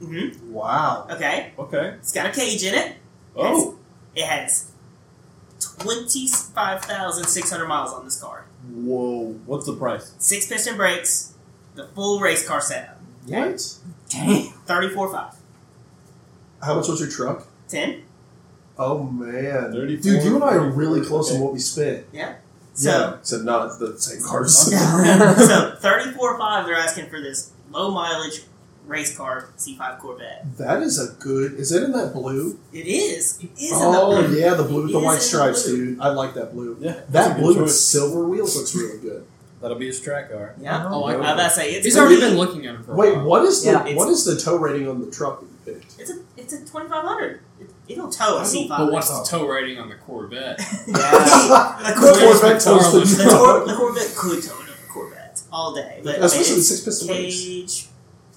Speaker 4: Mm-hmm.
Speaker 3: Wow.
Speaker 4: Okay,
Speaker 5: [laughs] Okay.
Speaker 4: it's got a cage in it.
Speaker 5: Oh.
Speaker 4: It has 25,600 miles on this car.
Speaker 3: Whoa.
Speaker 5: What's the price?
Speaker 4: Six piston brakes, the full race car setup.
Speaker 3: What?
Speaker 6: Damn.
Speaker 4: 34.5.
Speaker 3: How much was your truck?
Speaker 4: 10.
Speaker 3: Oh man,
Speaker 5: 34,
Speaker 3: dude, you and I are really
Speaker 5: 34,
Speaker 3: close on
Speaker 5: okay.
Speaker 3: what we spent.
Speaker 4: So,
Speaker 3: yeah, so not the same cars. [laughs]
Speaker 4: [laughs] so 34.5, they're asking for this low mileage race car C5 Corvette.
Speaker 3: That is a good. Is it in that blue?
Speaker 4: It is. It is
Speaker 3: oh
Speaker 4: in the blue.
Speaker 3: yeah, the blue with the
Speaker 4: It is
Speaker 3: white
Speaker 4: in the
Speaker 3: stripes,
Speaker 4: blue.
Speaker 3: dude. I like that blue.
Speaker 5: Yeah. that's a
Speaker 3: That
Speaker 5: good
Speaker 3: blue with
Speaker 5: choice.
Speaker 3: silver wheels looks really
Speaker 4: [laughs]
Speaker 3: good.
Speaker 5: That'll be his track car.
Speaker 4: Yeah.
Speaker 2: Oh,
Speaker 4: I
Speaker 2: I like
Speaker 4: was about to
Speaker 2: that.
Speaker 4: say it's.
Speaker 2: He's already
Speaker 4: pretty-
Speaker 2: been looking at him for a
Speaker 3: Wait,
Speaker 2: while.
Speaker 3: what is the
Speaker 6: Yeah,
Speaker 3: what is the tow rating on the truck that you
Speaker 4: [laughs]
Speaker 3: picked?
Speaker 4: It's a it's a 2500. It, it'll tow
Speaker 3: I don't-
Speaker 4: a C5. [laughs]
Speaker 2: But what's the tow rating on the Corvette?
Speaker 4: Yeah. the
Speaker 3: The
Speaker 4: Corvette,
Speaker 3: Corvette tows [laughs] the
Speaker 4: the, Tor-
Speaker 3: truck,
Speaker 4: the Corvette could tow another Corvette all day, but
Speaker 3: especially the
Speaker 4: it's
Speaker 3: six piston brakes.
Speaker 4: cage,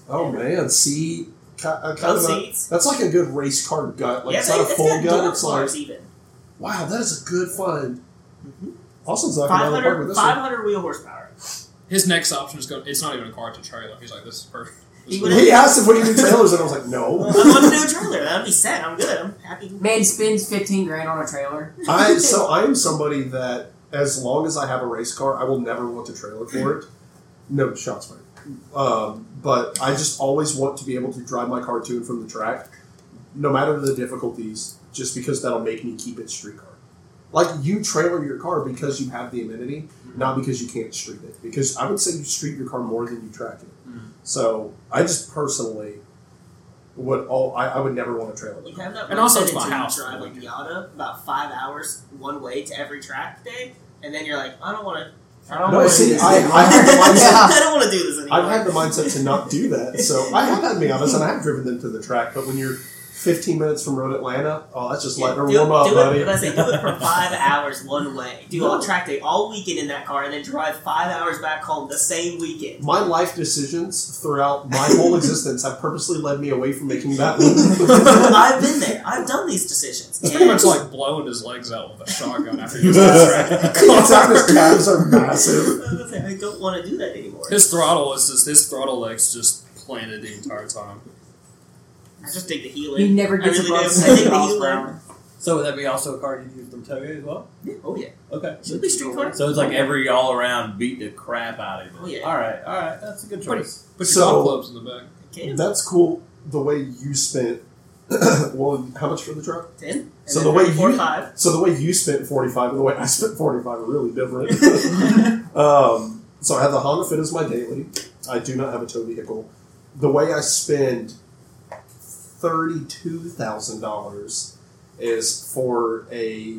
Speaker 3: Oh man, see, ki- uh, kind
Speaker 4: both
Speaker 3: of a,
Speaker 4: seats.
Speaker 3: that's like a good race car gut. Like
Speaker 4: Oh, yeah,
Speaker 3: it's not a
Speaker 4: it's
Speaker 3: full
Speaker 4: got
Speaker 3: gut.
Speaker 4: door
Speaker 3: It's like
Speaker 4: cars even.
Speaker 3: wow, that is a good fun.
Speaker 4: Mhm.
Speaker 3: Austin's not gonna have a park with
Speaker 4: 500,
Speaker 3: this one.
Speaker 4: 500 wheel horsepower.
Speaker 2: His next option is going. It's not even a car. It's a trailer. He's like, this is perfect. This
Speaker 4: He
Speaker 2: is-
Speaker 4: would-
Speaker 3: He asked if we could do trailers, and I was like,
Speaker 4: I
Speaker 3: no. [laughs]
Speaker 4: want [laughs] a new trailer. That'd be [laughs] set. I'm good. I'm happy. [laughs]
Speaker 6: Man spends 15 grand on a trailer.
Speaker 3: I so I am somebody that as long as I have a race car, I will never want to trailer for it. No shots fired. Um, but I just always want to be able to drive my car to and from the track, no matter the difficulties, just because that'll make me keep it street car. Like you trailer your car because you have the amenity, not because you can't street it. Because I would say you street your car more than you track it.
Speaker 2: Mhm.
Speaker 3: So I just personally would all I, I would never want to trailer.
Speaker 4: We
Speaker 3: it.
Speaker 4: have that
Speaker 2: And
Speaker 4: one
Speaker 2: also it's
Speaker 4: sentence
Speaker 2: my
Speaker 4: where you
Speaker 2: house,
Speaker 4: drive
Speaker 2: like-
Speaker 4: a Miata about five hours one way to every track day, and then you're like, I don't want to.
Speaker 2: I don't
Speaker 3: No,
Speaker 2: wanna
Speaker 3: see,
Speaker 2: do
Speaker 3: I,
Speaker 2: this.
Speaker 3: I have the
Speaker 2: [laughs]
Speaker 3: mindset
Speaker 4: [laughs]
Speaker 6: Yeah.
Speaker 4: I don't want to do this anymore.
Speaker 3: I've had the mindset to not do that. So I have had Miatas and I have driven them to the track. But when you're 15 minutes from Road Atlanta, oh, that's just
Speaker 4: [laughs] Yeah,
Speaker 3: let her
Speaker 4: do
Speaker 3: warm
Speaker 4: it,
Speaker 3: up,
Speaker 4: do
Speaker 3: buddy.
Speaker 4: It, but I say, do
Speaker 3: [laughs]
Speaker 4: it for five hours one way. Do all track day all weekend in that car, and then drive five hours back home the
Speaker 3: [laughs]
Speaker 4: same weekend. [laughs]
Speaker 3: My life decisions throughout my whole existence have purposely led me away from making that
Speaker 4: [laughs]
Speaker 3: one.
Speaker 4: I've been there. I've done these decisions.
Speaker 2: It's pretty much
Speaker 4: And-
Speaker 2: like blowing his legs out with a shotgun after he was [laughs] distracted.
Speaker 3: It's not his calves are massive.
Speaker 4: I was gonna say, I don't want to do that anymore.
Speaker 2: His throttle is just his throttle legs just planted the entire time.
Speaker 4: I just dig the
Speaker 6: He
Speaker 4: healing.
Speaker 6: never
Speaker 4: I
Speaker 6: gets
Speaker 4: really
Speaker 6: above
Speaker 4: do. I
Speaker 6: 70
Speaker 4: think
Speaker 6: miles
Speaker 4: he
Speaker 6: per
Speaker 4: learned-
Speaker 6: [laughs] hour.
Speaker 5: So would that be also a car you use from Togo as well?
Speaker 4: Oh yeah,
Speaker 5: Okay.
Speaker 4: should be street corner.
Speaker 5: So it's like every all around beat the crap out of it.
Speaker 4: Oh, yeah.
Speaker 5: All right, all right, that's a good
Speaker 2: Pretty-
Speaker 5: choice.
Speaker 2: Put your
Speaker 3: So-
Speaker 2: golf clubs in the back.
Speaker 4: Okay,
Speaker 3: That's cool. The way you spent. [coughs] well, how much for the track?
Speaker 4: ten. And
Speaker 3: So
Speaker 4: then
Speaker 3: the way
Speaker 4: three, four,
Speaker 3: you- [laughs]
Speaker 4: five. [laughs]
Speaker 3: So the way you spent 45 and the way I spent 45 are really different. [laughs]
Speaker 4: I
Speaker 3: Um, so I have the Honda Fit as my daily. I do not have a tow vehicle. The way I spend thirty-two thousand dollars is for a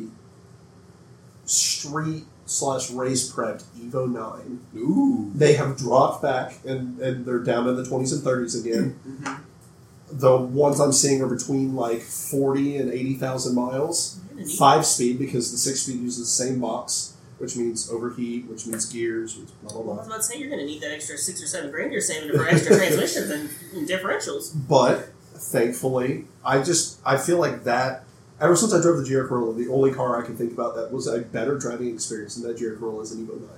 Speaker 3: street slash race prepped Evo nine. [laughs]
Speaker 5: Ooh.
Speaker 3: They have dropped back and, and they're down in the twenties and thirties again. The ones I'm seeing are between like forty and eighty thousand miles five speed because the six speed uses the same box, which means overheat, which means gears, which blah blah
Speaker 4: was
Speaker 3: blah.
Speaker 4: about to say you're going to need that extra six or seven grand you're saving for
Speaker 3: [laughs]
Speaker 4: extra transmissions and, and differentials.
Speaker 3: But thankfully, I just I feel like that. Ever since I drove the GR Corolla, the only car I can think about that was a better driving experience than that GR Corolla is an Evo Nine.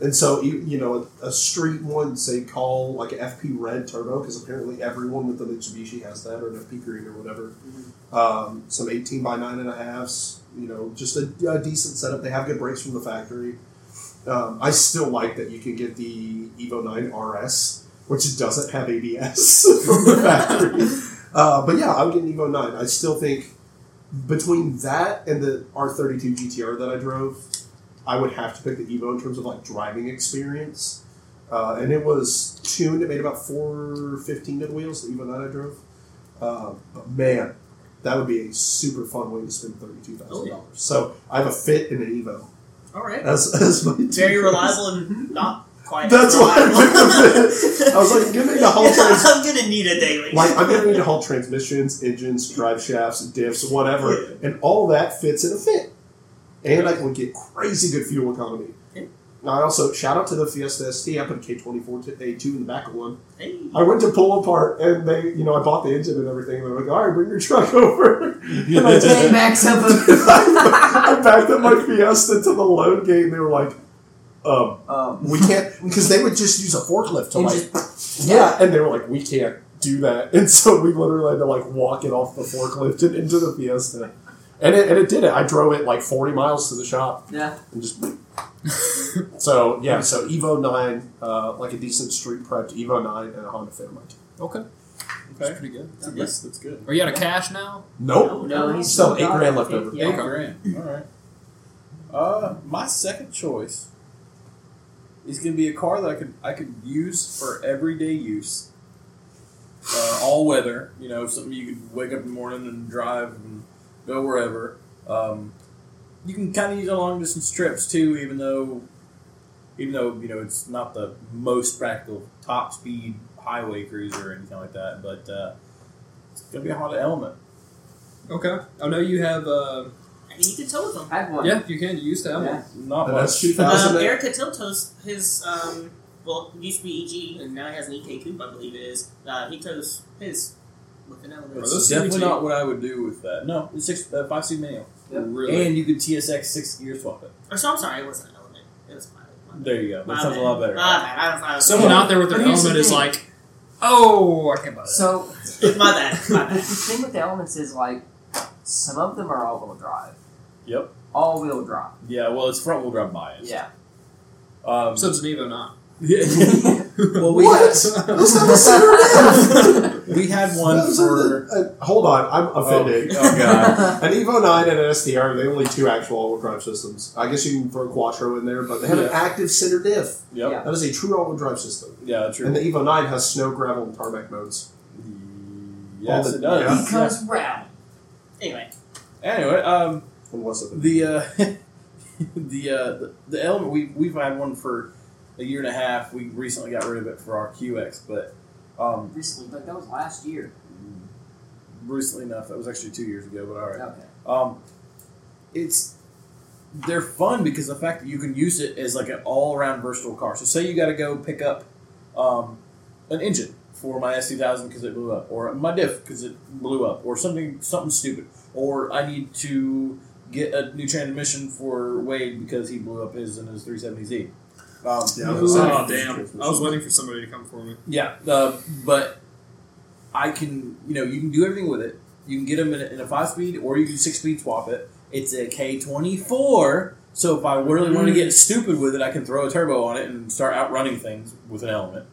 Speaker 3: And so you you know a, a street one, say call like an FP Red Turbo, because apparently everyone with the Mitsubishi has that or an FP Green or whatever. Um, some eighteen by nine and a halves, you know, just a, a decent setup. They have good brakes from the factory. Um, I still like that you can get the Evo 9 RS, which doesn't have ABS [laughs] from the factory. Uh, but yeah, I would get an Evo 9. I still think between that and the R32 GTR that I drove, I would have to pick the Evo in terms of like driving experience. Uh, and it was tuned. It made about 415 to the wheels, the Evo 9 I drove. Uh, but man, that would be a super fun way to spend $32,000.
Speaker 4: Oh,
Speaker 3: So I have a Fit and an Evo.
Speaker 4: All right.
Speaker 3: As, as my [laughs]
Speaker 4: Very
Speaker 3: two-
Speaker 4: reliable and not quite.
Speaker 3: That's
Speaker 4: as
Speaker 3: why I
Speaker 4: reliable.
Speaker 3: picked
Speaker 4: [laughs]
Speaker 3: it. I was like, give me the whole trans-
Speaker 4: I'm going to need a daily.
Speaker 3: Like I'm gonna need to haul transmissions, engines, drive shafts, diffs, whatever, and all that fits in a fit. And I can get crazy good fuel economy.
Speaker 4: Yeah.
Speaker 3: Now I also shout out to the Fiesta ST. I put a K twenty four A two in the back of one.
Speaker 4: hey,
Speaker 3: I went to pull apart, and they, you know, I bought the engine and everything. And they're like, "All right, bring your truck [laughs]
Speaker 6: [laughs]
Speaker 3: over." And I
Speaker 6: And it
Speaker 3: did.
Speaker 6: backs
Speaker 3: [laughs]
Speaker 6: up
Speaker 3: I
Speaker 6: a.
Speaker 3: backed up my Fiesta to the load gate, and they were like, "Um,
Speaker 6: um,
Speaker 3: we can't because they would just use a forklift to
Speaker 6: And
Speaker 3: like yeah and they were like we can't do that [laughs] and so we literally had to like walk it off the forklift and into the fiesta and it, and it did it i drove it like 40 miles to the shop
Speaker 6: yeah.
Speaker 3: and just so yeah so evo 9 uh, like a decent street prepped evo 9 and a honda fit I'm like, okay
Speaker 2: That's pretty good.
Speaker 5: That's, that's, that's good.
Speaker 2: Are you out of cash now?
Speaker 3: nope
Speaker 6: Oh, No, he's
Speaker 3: Still eight
Speaker 6: got
Speaker 3: grand
Speaker 6: it.
Speaker 3: left over.
Speaker 5: Eight
Speaker 6: Yeah.
Speaker 5: grand. All right. Uh, my second choice is going to be a car that I could I could use for everyday use, uh, all weather. You know, something you could wake up in the morning and drive and go wherever. Um, you can kind of use it on long distance trips too, even though even though you know it's not the most practical top speed highway cruiser or anything like that. But uh, it's going to be a Honda Element.
Speaker 2: Okay. I know you have. Uh,
Speaker 4: I mean, you can tow with them.
Speaker 6: I have one.
Speaker 2: yeah, you can. You used to have
Speaker 6: Yeah.
Speaker 5: Not
Speaker 3: and
Speaker 5: much.
Speaker 3: that's 2000
Speaker 4: Um, Eric Tiltos, his um, well, used to be EG, and now he has an EK coupe, I believe it is. Uh, he tows his with an element.
Speaker 2: Are those
Speaker 5: That's definitely
Speaker 2: CVT?
Speaker 5: not what I would do with that. No, it's six uh, five speed manual,
Speaker 6: Yep.
Speaker 2: one. Really?
Speaker 5: and you could TSX six gear swap it.
Speaker 4: Or so I'm sorry, it wasn't an element. It was my. my
Speaker 5: There you go.
Speaker 4: my
Speaker 5: That sounds a
Speaker 4: bad.
Speaker 5: lot better.
Speaker 4: My bad. I was, I was
Speaker 2: Someone out there with their
Speaker 6: But here's the
Speaker 2: helmet is
Speaker 6: thing.
Speaker 2: like, oh, I can't buy that.
Speaker 6: So
Speaker 4: My bad. My
Speaker 6: the
Speaker 4: bad.
Speaker 6: thing with the elements is like some of them are all wheel drive.
Speaker 5: Yep.
Speaker 6: all wheel drive.
Speaker 5: Yeah, well, it's front wheel drive bias.
Speaker 6: Yeah.
Speaker 5: Um, [laughs]
Speaker 2: So it's an Evo [laughs]
Speaker 6: [laughs]
Speaker 2: not.
Speaker 5: well, we
Speaker 3: What? That's not the center [laughs] of
Speaker 5: Had, we had one
Speaker 3: Those are
Speaker 5: for.
Speaker 3: the- uh, hold on, I'm offended.
Speaker 5: [laughs] Oh, God.
Speaker 3: An Evo 9 and an SDR are the only two actual all-wheel drive systems. I guess you can throw Quattro in there, but they have an
Speaker 5: Yeah.
Speaker 3: active center diff.
Speaker 5: Yep.
Speaker 6: Yeah.
Speaker 3: That is a true all-wheel drive system.
Speaker 5: Yeah, true.
Speaker 3: And the Evo 9 has snow, gravel, and tarmac modes.
Speaker 5: yes,
Speaker 3: All the-
Speaker 5: it does.
Speaker 6: Because rally.
Speaker 4: [laughs] Anyway,
Speaker 5: Yeah. Anyway, um,
Speaker 3: And what's up?
Speaker 5: The uh, [laughs] the uh, the- the element we we've had one for a year and a half. We recently got rid of it for our QX, but um,
Speaker 6: Recently, but that was last year.
Speaker 5: recently enough that was actually two years ago. But all right,
Speaker 6: Okay.
Speaker 5: um, it's they're fun because the fact that you can use it as like an all around versatile car. So say you got to go pick up um, an engine for my S two thousand because it blew up, or my diff because it blew up, or something something stupid, or I need to get a new transmission for Wade because he blew up his in his three seventy Z. Um,
Speaker 3: Yeah,
Speaker 5: uh,
Speaker 3: those are-
Speaker 2: Oh damn! I was waiting for somebody to come for me.
Speaker 5: yeah, uh, but I can, you know, you can do everything with it. You can get them in a, in a five speed, or you can six speed swap it. It's a K twenty four, so if I really want to get stupid with it, I can throw a turbo on it and start outrunning things with an element.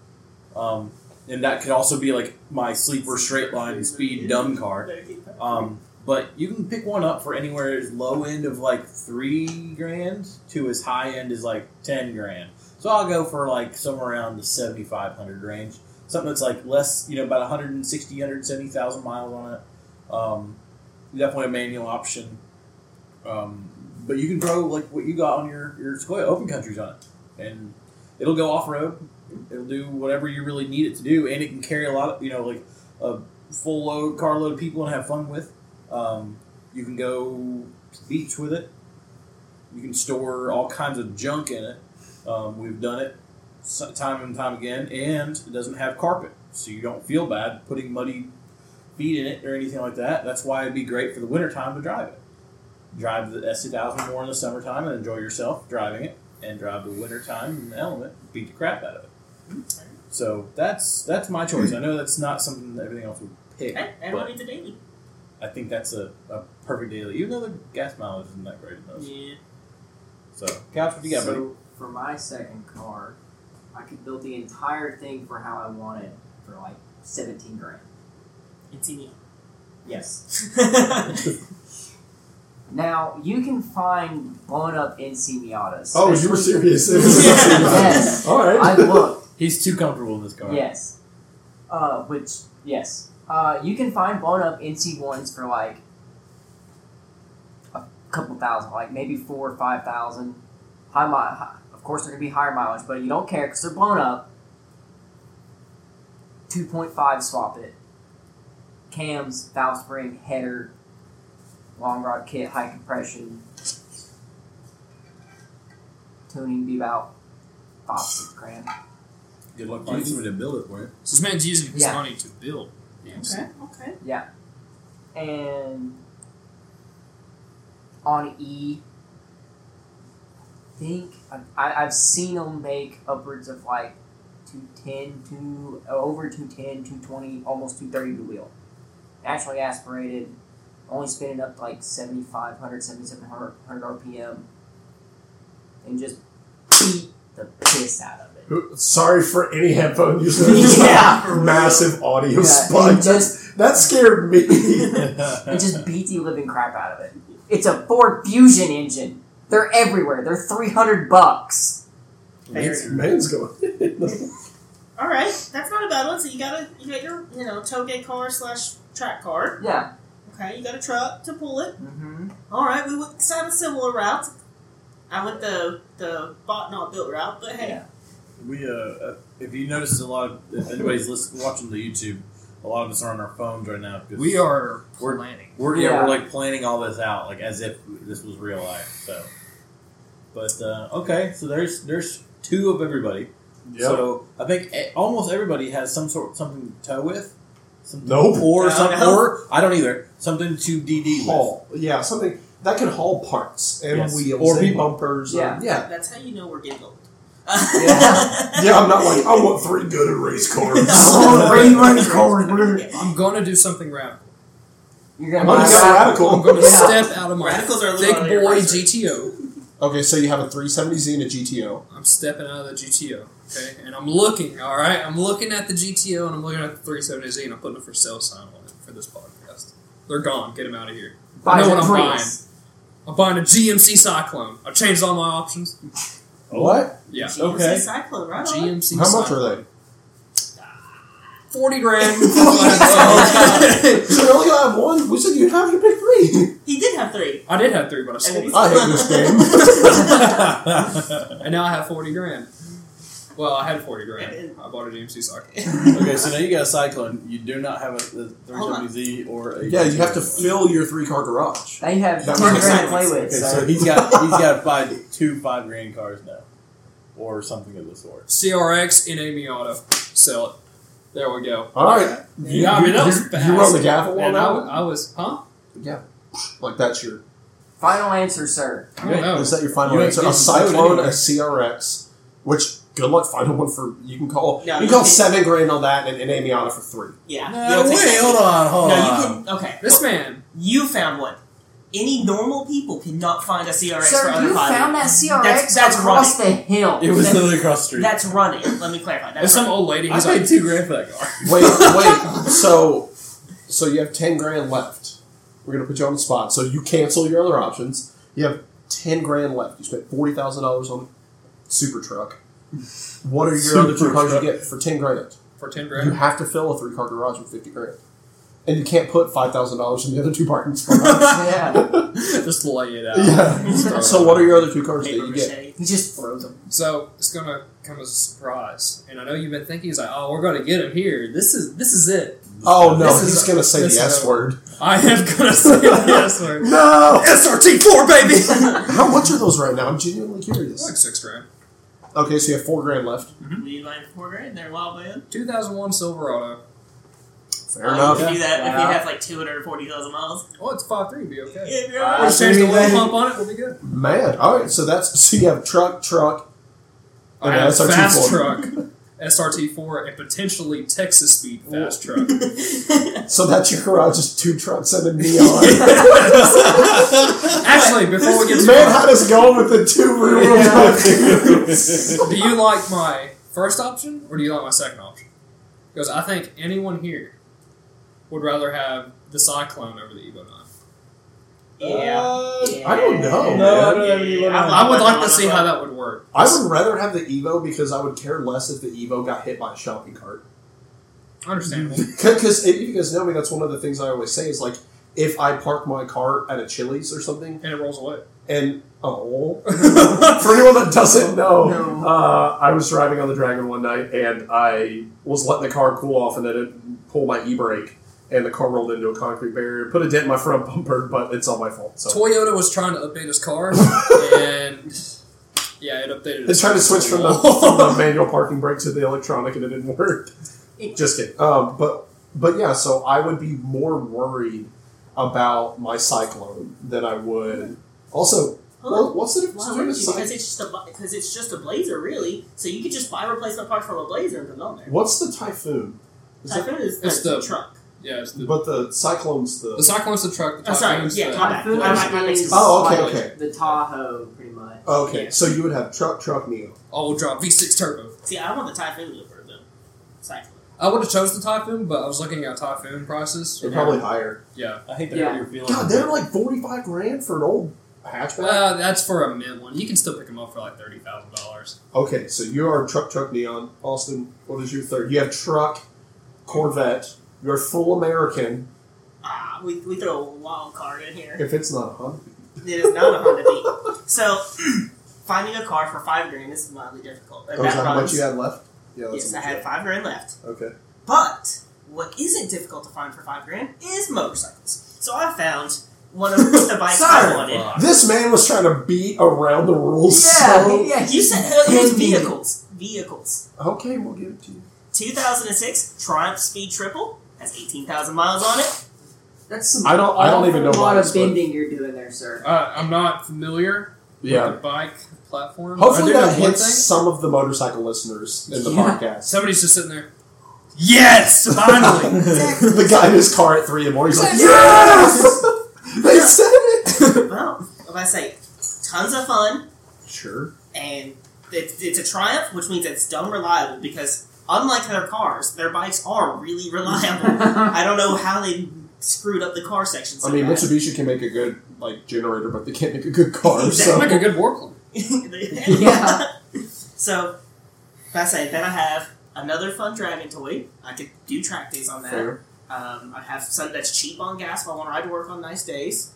Speaker 5: Um, and that could also be like my sleeper straight line speed dumb car.
Speaker 4: better keep that.
Speaker 5: Um, but you can pick one up for anywhere as low end of like three grand to as high end as like ten grand. So I'll go for like somewhere around the seventy five hundred range, something that's like less, you know, about 160, 170,000 miles on it. Um, definitely a manual option. Um, but you can throw like what you got on your your Sequoia open countries on it, and it'll go off road. It'll do whatever you really need it to do, and it can carry a lot of you know like a full load carload of people and have fun with. Um, you can go to the beach with it. You can store all kinds of junk in it. Um, we've done it so- time and time again, and it doesn't have carpet, so you don't feel bad putting muddy feet in it or anything like that. That's why it'd be great for the wintertime to drive it. Drive the S2000 more in the summertime and enjoy yourself driving it, and drive the wintertime in the element, beat the crap out of it. So that's that's my choice. I know that's not something that everything else would pick.
Speaker 4: Hey,
Speaker 5: but-
Speaker 4: everyone needs a daily.
Speaker 5: I think that's a, a perfect daily, even though the gas mileage isn't that great in those.
Speaker 4: Yeah.
Speaker 5: So, Couch, what you got,
Speaker 6: so
Speaker 5: buddy?
Speaker 6: for my second car, I could build the entire thing for how I want it for like seventeen grand.
Speaker 4: It's
Speaker 5: [laughs]
Speaker 4: in you.
Speaker 6: Yes.
Speaker 4: yeah,
Speaker 6: Now you can find blown up NC Miatas.
Speaker 3: Oh, you were serious. It was [laughs]
Speaker 6: Yes.
Speaker 3: All right.
Speaker 5: [laughs]
Speaker 6: I looked.
Speaker 5: He's too comfortable in this car.
Speaker 6: Yes. Uh, which yes. Uh, you can find blown up NC ones for like a couple thousand, like maybe four or five thousand. High mile. Of course, they're gonna be higher mileage, but you don't care because they're blown up. Two point five swap it. Cams, valve spring, header, long rod kit, high compression. Tuning be about five six grand.
Speaker 5: Good luck finding somebody to build it for you.
Speaker 2: So this man's using his
Speaker 6: Yeah.
Speaker 2: money to build. Yes.
Speaker 4: Okay, okay.
Speaker 6: and on E, I think I, I've seen them make upwards of like 210, to uh, over 210, 220, almost 230 to wheel. Naturally aspirated, only spinning up to like 7,500, 7,700 RPM, and just beat the piss out of it.
Speaker 3: Who- Sorry for any headphone [laughs] user.
Speaker 6: Yeah.
Speaker 3: Massive audio
Speaker 6: Yeah,
Speaker 3: spike.
Speaker 6: it
Speaker 3: That's, that scared [laughs] me.
Speaker 6: It just beat the living crap out of it. It's a Ford Fusion engine. They're everywhere. They're 300 bucks.
Speaker 3: Man's, man's going.
Speaker 4: All right, that's not a bad one. So you got a you got your you know toge car slash track car.
Speaker 6: Yeah.
Speaker 4: Okay, you got a truck to pull it.
Speaker 6: Mm-hmm.
Speaker 4: All right, we went kind of similar route. I went the the bought not built route, but hey,
Speaker 6: Yeah.
Speaker 5: [laughs] We, uh, uh, if you notice, a lot of, if anybody's listening, watching the YouTube, a lot of us are on our phones right now. 'cause
Speaker 2: We are
Speaker 5: We're-
Speaker 2: planning.
Speaker 5: We're, yeah,
Speaker 6: Yeah.
Speaker 5: we're like planning all this out, like as if this was real life, so. But, uh, okay, so there's there's two of everybody. So I think e- almost everybody has some sort something to tow with. Something,
Speaker 3: Nope.
Speaker 5: Or,
Speaker 4: No,
Speaker 5: some,
Speaker 4: no.
Speaker 5: or I don't either. Something to DD with.
Speaker 3: haul. Yeah, something that can haul parts and
Speaker 5: Yes.
Speaker 3: wheels
Speaker 5: Or
Speaker 3: and
Speaker 5: people.
Speaker 3: bumpers.
Speaker 6: Yeah.
Speaker 3: and- yeah.
Speaker 4: that's how you know we're getting old.
Speaker 6: Yeah.
Speaker 3: [laughs] Yeah, I'm not like, I want three [laughs] good race cars. [laughs]
Speaker 5: No.
Speaker 3: Three race cars.
Speaker 2: I'm gonna do something radical.
Speaker 6: You're gonna
Speaker 3: I'm gonna
Speaker 6: buy
Speaker 3: go
Speaker 6: that.
Speaker 3: radical.
Speaker 2: I'm going to
Speaker 6: Yeah.
Speaker 2: step out of my
Speaker 4: [laughs] Radicals are a little
Speaker 2: thick
Speaker 4: out of your
Speaker 2: boy
Speaker 4: price range.
Speaker 2: GTO.
Speaker 3: Okay, so you have a 370Z and a GTO.
Speaker 2: I'm stepping out of the GTO. Okay, and I'm looking. All right, I'm looking at the GTO and I'm looking at the 370Z and I'm putting a for sale sign on it for this podcast. They're gone. Get them out of here.
Speaker 6: Buy
Speaker 2: I know
Speaker 6: the
Speaker 2: what I'm
Speaker 6: Prius.
Speaker 2: buying. I'm buying a GMC Cyclone. I've changed all my options.
Speaker 5: What?
Speaker 2: Yeah.
Speaker 4: GMC
Speaker 5: Okay.
Speaker 4: Cyclone, right? on.
Speaker 2: GMC.
Speaker 3: How much
Speaker 2: Cyclone.
Speaker 3: are they?
Speaker 2: Forty grand. [laughs]
Speaker 3: So you only gonna have one? We said you have to pick [laughs] three.
Speaker 4: He did have three.
Speaker 2: I did have three, but I sold it.
Speaker 3: I hate this game.
Speaker 2: And now I have 40 grand. Well, I had 40 grand.
Speaker 4: And-
Speaker 2: I bought a GMC sock.
Speaker 5: [laughs] okay, so now you got a cyclone. You do not have a, the
Speaker 4: Hold on.
Speaker 5: 370Z or a.
Speaker 3: [laughs] yeah, you have to fill your three car garage.
Speaker 6: They have
Speaker 3: That
Speaker 6: ten
Speaker 4: makes
Speaker 6: grand to
Speaker 4: sense.
Speaker 6: play with.
Speaker 5: Okay,
Speaker 6: so
Speaker 5: so he's got he's
Speaker 3: [laughs]
Speaker 5: got five two five grand cars now, or something of the sort.
Speaker 2: CRX in Amy Auto. Sell it. There we go.
Speaker 3: All right, you,
Speaker 2: Yeah, I mean, that was
Speaker 3: you, you,
Speaker 2: fast.
Speaker 3: you were on the gavel on
Speaker 2: And I,
Speaker 3: that
Speaker 2: wa-
Speaker 3: one.
Speaker 2: I was, huh?
Speaker 3: Like that's your
Speaker 6: final answer, sir.
Speaker 2: I don't know.
Speaker 3: is that your final
Speaker 5: You ain't
Speaker 3: answer? A
Speaker 5: getting voted
Speaker 3: Cyclone, a
Speaker 5: anyway.
Speaker 3: CRX, which good luck finding one for you can call
Speaker 4: No,
Speaker 3: you can
Speaker 4: you
Speaker 3: call
Speaker 4: can't.
Speaker 3: seven grand on that and an Amiata for three.
Speaker 4: [laughs] Yeah.
Speaker 5: No,
Speaker 4: You'll
Speaker 5: wait,
Speaker 4: take that.
Speaker 5: hold on, hold on.
Speaker 4: No, you can. Okay.
Speaker 2: This
Speaker 4: well,
Speaker 2: man.
Speaker 4: you found one. Any normal people cannot find a CRX for
Speaker 6: sir,
Speaker 4: under
Speaker 6: you
Speaker 4: five.
Speaker 6: found that CRX
Speaker 4: That's- that's
Speaker 6: across the hill.
Speaker 5: It
Speaker 6: [laughs]
Speaker 5: was
Speaker 4: That's-
Speaker 5: literally across the street.
Speaker 4: That's running. Let me clarify. That's
Speaker 2: There's some
Speaker 4: running.
Speaker 2: old lady
Speaker 5: I
Speaker 2: who's
Speaker 5: paid
Speaker 2: like,
Speaker 5: two grand for that car.
Speaker 3: Wait, [laughs] wait. So, so you have ten grand left. We're gonna put you on the spot. So you cancel your other options. You have ten grand left. You spent forty thousand dollars on super truck. What are your other two
Speaker 5: Super
Speaker 3: cars
Speaker 5: truck.
Speaker 3: you get for ten grand?
Speaker 2: for 10
Speaker 3: You
Speaker 2: grand. [laughs]
Speaker 3: have to fill a three car garage with fifty grand, and you can't put five thousand dollars in the other two parking spots.
Speaker 6: yeah,
Speaker 2: Just lay it out.
Speaker 3: yeah. So what are your other two cars that
Speaker 4: paper
Speaker 3: you get?
Speaker 4: mache.
Speaker 6: he just froze them.
Speaker 2: So it's gonna come as a surprise, and I know you've been thinking, "He's like, oh, we're gonna get him here. This is this is it.
Speaker 3: Oh no,
Speaker 2: This is
Speaker 3: he's
Speaker 2: a-
Speaker 3: gonna say
Speaker 2: this
Speaker 3: the
Speaker 2: is
Speaker 3: S
Speaker 2: a-
Speaker 3: word.
Speaker 2: I am gonna say [laughs] yes." Or,
Speaker 3: No.
Speaker 2: SRT four, baby.
Speaker 3: How much are those right now? I'm
Speaker 2: [laughs]
Speaker 3: genuinely
Speaker 2: like
Speaker 3: curious.
Speaker 2: six grand.
Speaker 3: Okay, so you have four grand left.
Speaker 4: We line four grand there, wild man.
Speaker 2: 2001 Silverado.
Speaker 3: Fair
Speaker 4: Um,
Speaker 3: enough.
Speaker 4: If you do that, if
Speaker 6: Wow.
Speaker 4: you have like two hundred forty thousand miles,
Speaker 2: Oh, it's five three. Be okay.
Speaker 4: if you're
Speaker 2: We'll
Speaker 6: Uh,
Speaker 2: just change the oil
Speaker 6: Everything.
Speaker 2: pump on it. We'll be good.
Speaker 3: Man, all right. So that's so you have truck, truck.
Speaker 2: I
Speaker 3: Okay,
Speaker 2: have
Speaker 3: SRT4.
Speaker 2: fast truck, [laughs] SRT four, and potentially Texas speed fast
Speaker 3: [laughs]
Speaker 2: truck.
Speaker 3: So that's your garage is two
Speaker 2: [laughs]
Speaker 3: trucks and a neon.
Speaker 2: Actually, before we get
Speaker 3: Man,
Speaker 2: to
Speaker 3: how does it go with the two real
Speaker 2: do you like my first option or do you like my second option? Because I think anyone here would rather have the Cyclone over the Evo nine.
Speaker 4: yeah.
Speaker 2: [laughs]
Speaker 3: I don't know.
Speaker 5: No, I
Speaker 3: man.
Speaker 5: don't have any
Speaker 4: Yeah,
Speaker 5: limit on
Speaker 2: I would
Speaker 4: that.
Speaker 2: like to see how that would work.
Speaker 3: I would rather have the Evo because I would care less if the Evo got hit by a shopping cart. [laughs]
Speaker 2: Understandable.
Speaker 3: Because if you guys know me, that's one of the things I always say is like, if I park my car at a Chili's or something,
Speaker 2: and it rolls
Speaker 3: [laughs]
Speaker 2: away. [laughs]
Speaker 3: and oh, [laughs] For anyone that doesn't know,
Speaker 6: No.
Speaker 3: uh, I was driving on the Dragon one night and I was letting the car cool off and then it pulled my e brake and the car rolled into a concrete barrier. Put a dent in my front bumper, but it's all my fault. So
Speaker 2: Toyota was trying to update his
Speaker 3: [laughs]
Speaker 2: car, and yeah, it updated.
Speaker 3: it's trying to
Speaker 2: [laughs]
Speaker 3: switch from the, from the manual parking brake to the electronic and it didn't work. Just kidding. Um, but but yeah, so I would be more worried about my Cyclone than I would. Also,
Speaker 4: Hold on.
Speaker 3: what- what's the difference
Speaker 4: Why
Speaker 3: between a
Speaker 4: wouldn't you?
Speaker 3: Cyclone?
Speaker 4: Because it's just a because it's just a blazer, really. So you could just buy replacement parts from a blazer and put it on there.
Speaker 3: What's the Typhoon? Is that-
Speaker 4: Typhoon is
Speaker 2: It's
Speaker 4: that's the
Speaker 2: the-
Speaker 4: truck.
Speaker 2: yeah, it's the,
Speaker 3: But the Cyclone's
Speaker 2: the Cyclone's the truck. The
Speaker 4: Oh, sorry,
Speaker 2: Typhoon's
Speaker 4: yeah,
Speaker 2: the-
Speaker 4: my bad.
Speaker 6: Typhoon
Speaker 4: I might- I might-
Speaker 6: is
Speaker 3: Oh, okay,
Speaker 6: like
Speaker 3: okay.
Speaker 6: The Tahoe, pretty much.
Speaker 3: Okay,
Speaker 4: Yeah.
Speaker 3: so you would have truck, truck, Neo.
Speaker 2: all-wheel drive V6 turbo.
Speaker 4: See, I want the Typhoon over the Cyclone.
Speaker 2: I would have chose the Typhoon, but I was looking at Typhoon prices.
Speaker 3: They're probably higher.
Speaker 2: yeah.
Speaker 5: I hate that
Speaker 6: Yeah.
Speaker 5: you're
Speaker 4: Uh-huh.
Speaker 5: feeling.
Speaker 3: God, they're like forty-five grand for an old hatchback.
Speaker 2: Well, Uh, that's for a mint one. You can still pick them up for like thirty thousand dollars.
Speaker 3: okay, so you are truck, truck, neon. Austin, what is your third? You have truck, Corvette. You're full American.
Speaker 4: Ah, we, we throw a wild card
Speaker 3: [laughs]
Speaker 4: in here.
Speaker 3: If it's not a Honda,
Speaker 4: It is not a Honda Beat. So [clears throat] finding a car for five grand is mildly difficult. And
Speaker 3: oh, is
Speaker 4: that
Speaker 3: that how
Speaker 4: runs-
Speaker 3: much you had left? Yeah, that's
Speaker 4: yes, I
Speaker 3: how much
Speaker 4: had five grand left.
Speaker 3: you had. Okay,
Speaker 4: But what isn't difficult to find for five grand is motorcycles. So I found one of the bikes I
Speaker 6: Sir.
Speaker 3: Oh,
Speaker 4: wanted.
Speaker 3: this man was trying to beat around the rules.
Speaker 6: yeah,
Speaker 3: Oh, so-
Speaker 6: yeah.
Speaker 4: You said uh, it was vehicles. Vehicles.
Speaker 3: okay, we'll give it to you.
Speaker 4: 2006 Triumph Speed Triple has 18,000 miles on it.
Speaker 6: That's some.
Speaker 3: I don't- I don't even know
Speaker 6: A lot
Speaker 3: why,
Speaker 6: of
Speaker 3: but-
Speaker 6: bending you're doing there, sir. [laughs]
Speaker 2: Uh, I'm not familiar with
Speaker 3: Yeah.
Speaker 2: the bike platform. I
Speaker 3: Hopefully
Speaker 2: do know
Speaker 3: that
Speaker 2: one
Speaker 3: hits
Speaker 2: thing.
Speaker 3: some of the motorcycle listeners in the
Speaker 6: Yeah.
Speaker 3: podcast.
Speaker 2: Somebody's just sitting there. Yes,
Speaker 3: [laughs]
Speaker 2: finally.
Speaker 3: the guy in his car at three in the morning. He's like,
Speaker 2: Exactly.
Speaker 3: yes, [laughs] they said it.
Speaker 4: [laughs] Well, if I say, tons of fun,
Speaker 3: Sure.
Speaker 4: and it's, it's a triumph, which means it's dumb reliable because unlike their cars, their bikes are really
Speaker 6: [laughs]
Speaker 4: reliable. I don't know how they screwed up the car section. So
Speaker 3: I mean,
Speaker 4: bad.
Speaker 3: Mitsubishi can make a good like generator, but they can't make a good car.
Speaker 4: Exactly.
Speaker 2: like a good warclub.
Speaker 4: [laughs]
Speaker 6: Yeah.
Speaker 4: So, I say, then I have another fun driving toy. I could do track days on
Speaker 3: So
Speaker 4: that.
Speaker 3: fair.
Speaker 4: Um, I have some that's cheap on gas if I want to ride to work on nice days.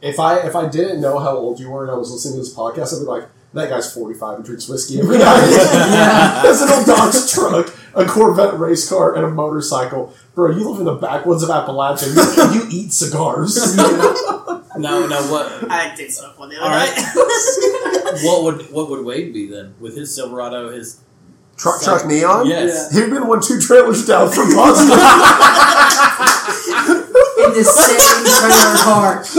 Speaker 3: If I if I didn't know how old you were and I was listening to this podcast, I'd be like, that guy's forty five and drinks whiskey every night. [laughs] That's an old Dodge truck, a Corvette race car, and a motorcycle. Bro, you live in the backwoods of Appalachia. You, [laughs] you eat cigars.
Speaker 5: Now, now what?
Speaker 4: I did smoke one the other
Speaker 5: All right.
Speaker 4: night. [laughs]
Speaker 5: What would what would Wade be then with his Silverado? His
Speaker 3: Truck, truck, neon.
Speaker 5: yes.
Speaker 3: He'd been one two trailers down from [laughs] Boston.
Speaker 6: in this same trailer park.
Speaker 4: [laughs]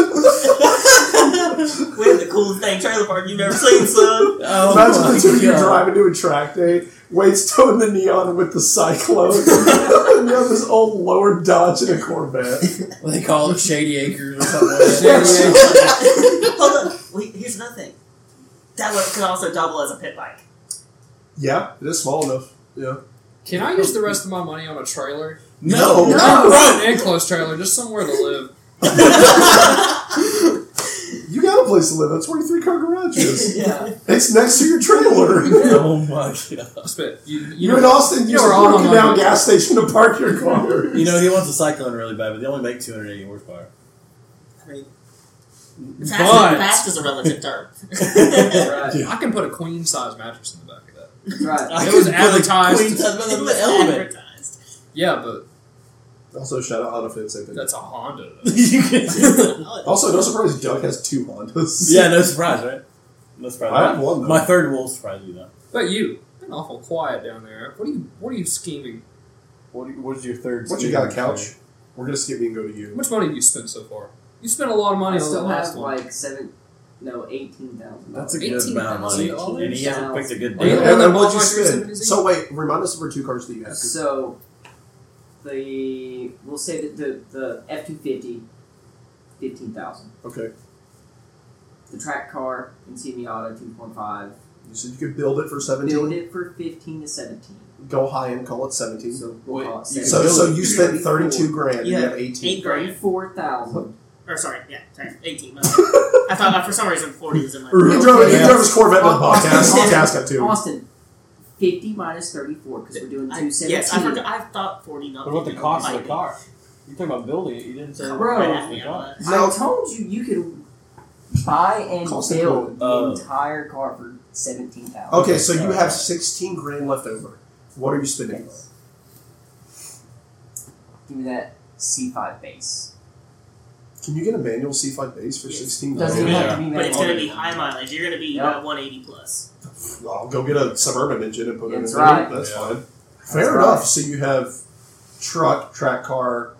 Speaker 4: we had the coolest thing trailer park you've ever seen, son.
Speaker 5: Oh
Speaker 3: Imagine
Speaker 5: my
Speaker 3: the two of you
Speaker 5: God.
Speaker 3: driving to a track day. Wade's towing the neon with the cyclone. [laughs] and you have this old lower Dodge and a Corvette.
Speaker 5: What they call it Shady Acres or something. Like that.
Speaker 3: [laughs] Yes.
Speaker 4: Hold on. Wait, here's another thing. That one could also double as a pit bike.
Speaker 3: Yeah, it is small enough. Yeah.
Speaker 2: Can I use the rest of my money on a trailer?
Speaker 3: No.
Speaker 5: no.
Speaker 2: Not not an enclosed trailer, just somewhere to live.
Speaker 3: You got a place to live. That's where your three car garage is.
Speaker 4: Yeah.
Speaker 3: it's next to your
Speaker 5: [laughs]
Speaker 3: trailer.
Speaker 5: Oh my god!
Speaker 2: Spit. You, you
Speaker 3: You [laughs]
Speaker 2: know-
Speaker 3: in Austin used
Speaker 2: you're
Speaker 3: to
Speaker 2: all
Speaker 3: walk
Speaker 2: on
Speaker 3: down
Speaker 2: my-
Speaker 3: gas station to park your car.
Speaker 5: You know he wants a cyclone really bad, but they only make 280 horsepower.
Speaker 4: [laughs] I mean, fast,
Speaker 2: But
Speaker 4: fast is a relative term.
Speaker 6: Right.
Speaker 2: I can put a queen size mattress in the back of that.
Speaker 6: Right.
Speaker 5: I
Speaker 2: It was
Speaker 5: could put a
Speaker 2: advertised.
Speaker 5: queen size
Speaker 4: it
Speaker 5: mother-
Speaker 4: was
Speaker 5: element.
Speaker 4: advertised.
Speaker 2: Yeah, but
Speaker 3: Also, shout out Honda for the same thing.
Speaker 2: that's a Honda.
Speaker 3: [laughs]
Speaker 2: though.
Speaker 5: [laughs] You could-
Speaker 3: Also, no surprise, Doug has two Hondas.
Speaker 5: yeah, no surprise, right?
Speaker 3: [laughs]
Speaker 5: No
Speaker 3: I
Speaker 5: surprise.
Speaker 3: have one though.
Speaker 5: My third will surprise you though.
Speaker 2: But you, been awful quiet down there. What are you? What are you scheming?
Speaker 5: What What's your third?
Speaker 3: what you got? A couch? We're gonna skip you and go to you.
Speaker 2: How much money have you spent so far? You spent a lot of money
Speaker 6: I
Speaker 2: on the
Speaker 6: still
Speaker 2: last
Speaker 6: have
Speaker 2: one.
Speaker 6: like seven, no, eighteen thousand.
Speaker 5: That's a good amount of money,
Speaker 2: $18,000?
Speaker 5: and he hasn't picked a good
Speaker 2: Are you the one
Speaker 5: deal.
Speaker 3: And
Speaker 2: that
Speaker 3: then what'd
Speaker 2: bought
Speaker 3: you
Speaker 2: my
Speaker 3: spend?
Speaker 2: 370Z?
Speaker 3: So wait, remind us of our two cars that you have.
Speaker 6: So, the we'll say that the the F two fifty, fifteen thousand.
Speaker 3: Okay,
Speaker 6: The track car in Miata two point five.
Speaker 3: you said you could build it for
Speaker 6: Build
Speaker 3: seventeen.
Speaker 6: it for fifteen to seventeen.
Speaker 3: Go high and call it seventeen. So,
Speaker 6: So we'll call it
Speaker 5: Wait, you
Speaker 3: so,
Speaker 5: build it.
Speaker 3: you spent thirty-two grand. and You
Speaker 4: Yeah.
Speaker 3: have eighteen.
Speaker 4: [laughs] Eight
Speaker 6: [laughs]
Speaker 4: grand.
Speaker 6: Four thousand.
Speaker 4: Or sorry, yeah, sorry, 18. my bad. I thought uh, for some reason 40 was in my.
Speaker 3: He drove, he
Speaker 5: Yeah.
Speaker 3: drove his Corvette to the
Speaker 6: Austin,
Speaker 3: podcast.
Speaker 6: Austin,
Speaker 3: Podcast got two.
Speaker 6: Austin, fifty minus thirty four because we're doing
Speaker 4: I-
Speaker 6: two seventeen.
Speaker 4: yes, I, forgot, I thought 40 not
Speaker 5: car? You talking about building it? You didn't say
Speaker 6: Bro. I
Speaker 3: No.
Speaker 6: told you you could buy and
Speaker 3: Cost of
Speaker 6: build the
Speaker 4: Uh,
Speaker 5: Oh.
Speaker 6: entire car for seventeen thousand.
Speaker 3: Okay, so you have sixteen grand left over. What are you spending? on?
Speaker 6: Yes.
Speaker 3: oh.
Speaker 6: Give me that C five base.
Speaker 3: Can you get a manual C5 base for
Speaker 4: Yes.
Speaker 3: sixteen
Speaker 6: Doesn't
Speaker 3: grand?
Speaker 6: have to be
Speaker 4: But it's
Speaker 6: that.
Speaker 4: going to be high mileage. You're going to be uh, 180 plus.
Speaker 3: I'll go get a suburban engine and put it
Speaker 6: That's
Speaker 3: in there.
Speaker 6: right.
Speaker 3: That's
Speaker 5: Yeah.
Speaker 3: fine.
Speaker 6: That's
Speaker 3: Fair
Speaker 6: right.
Speaker 3: enough. So you have truck, track car,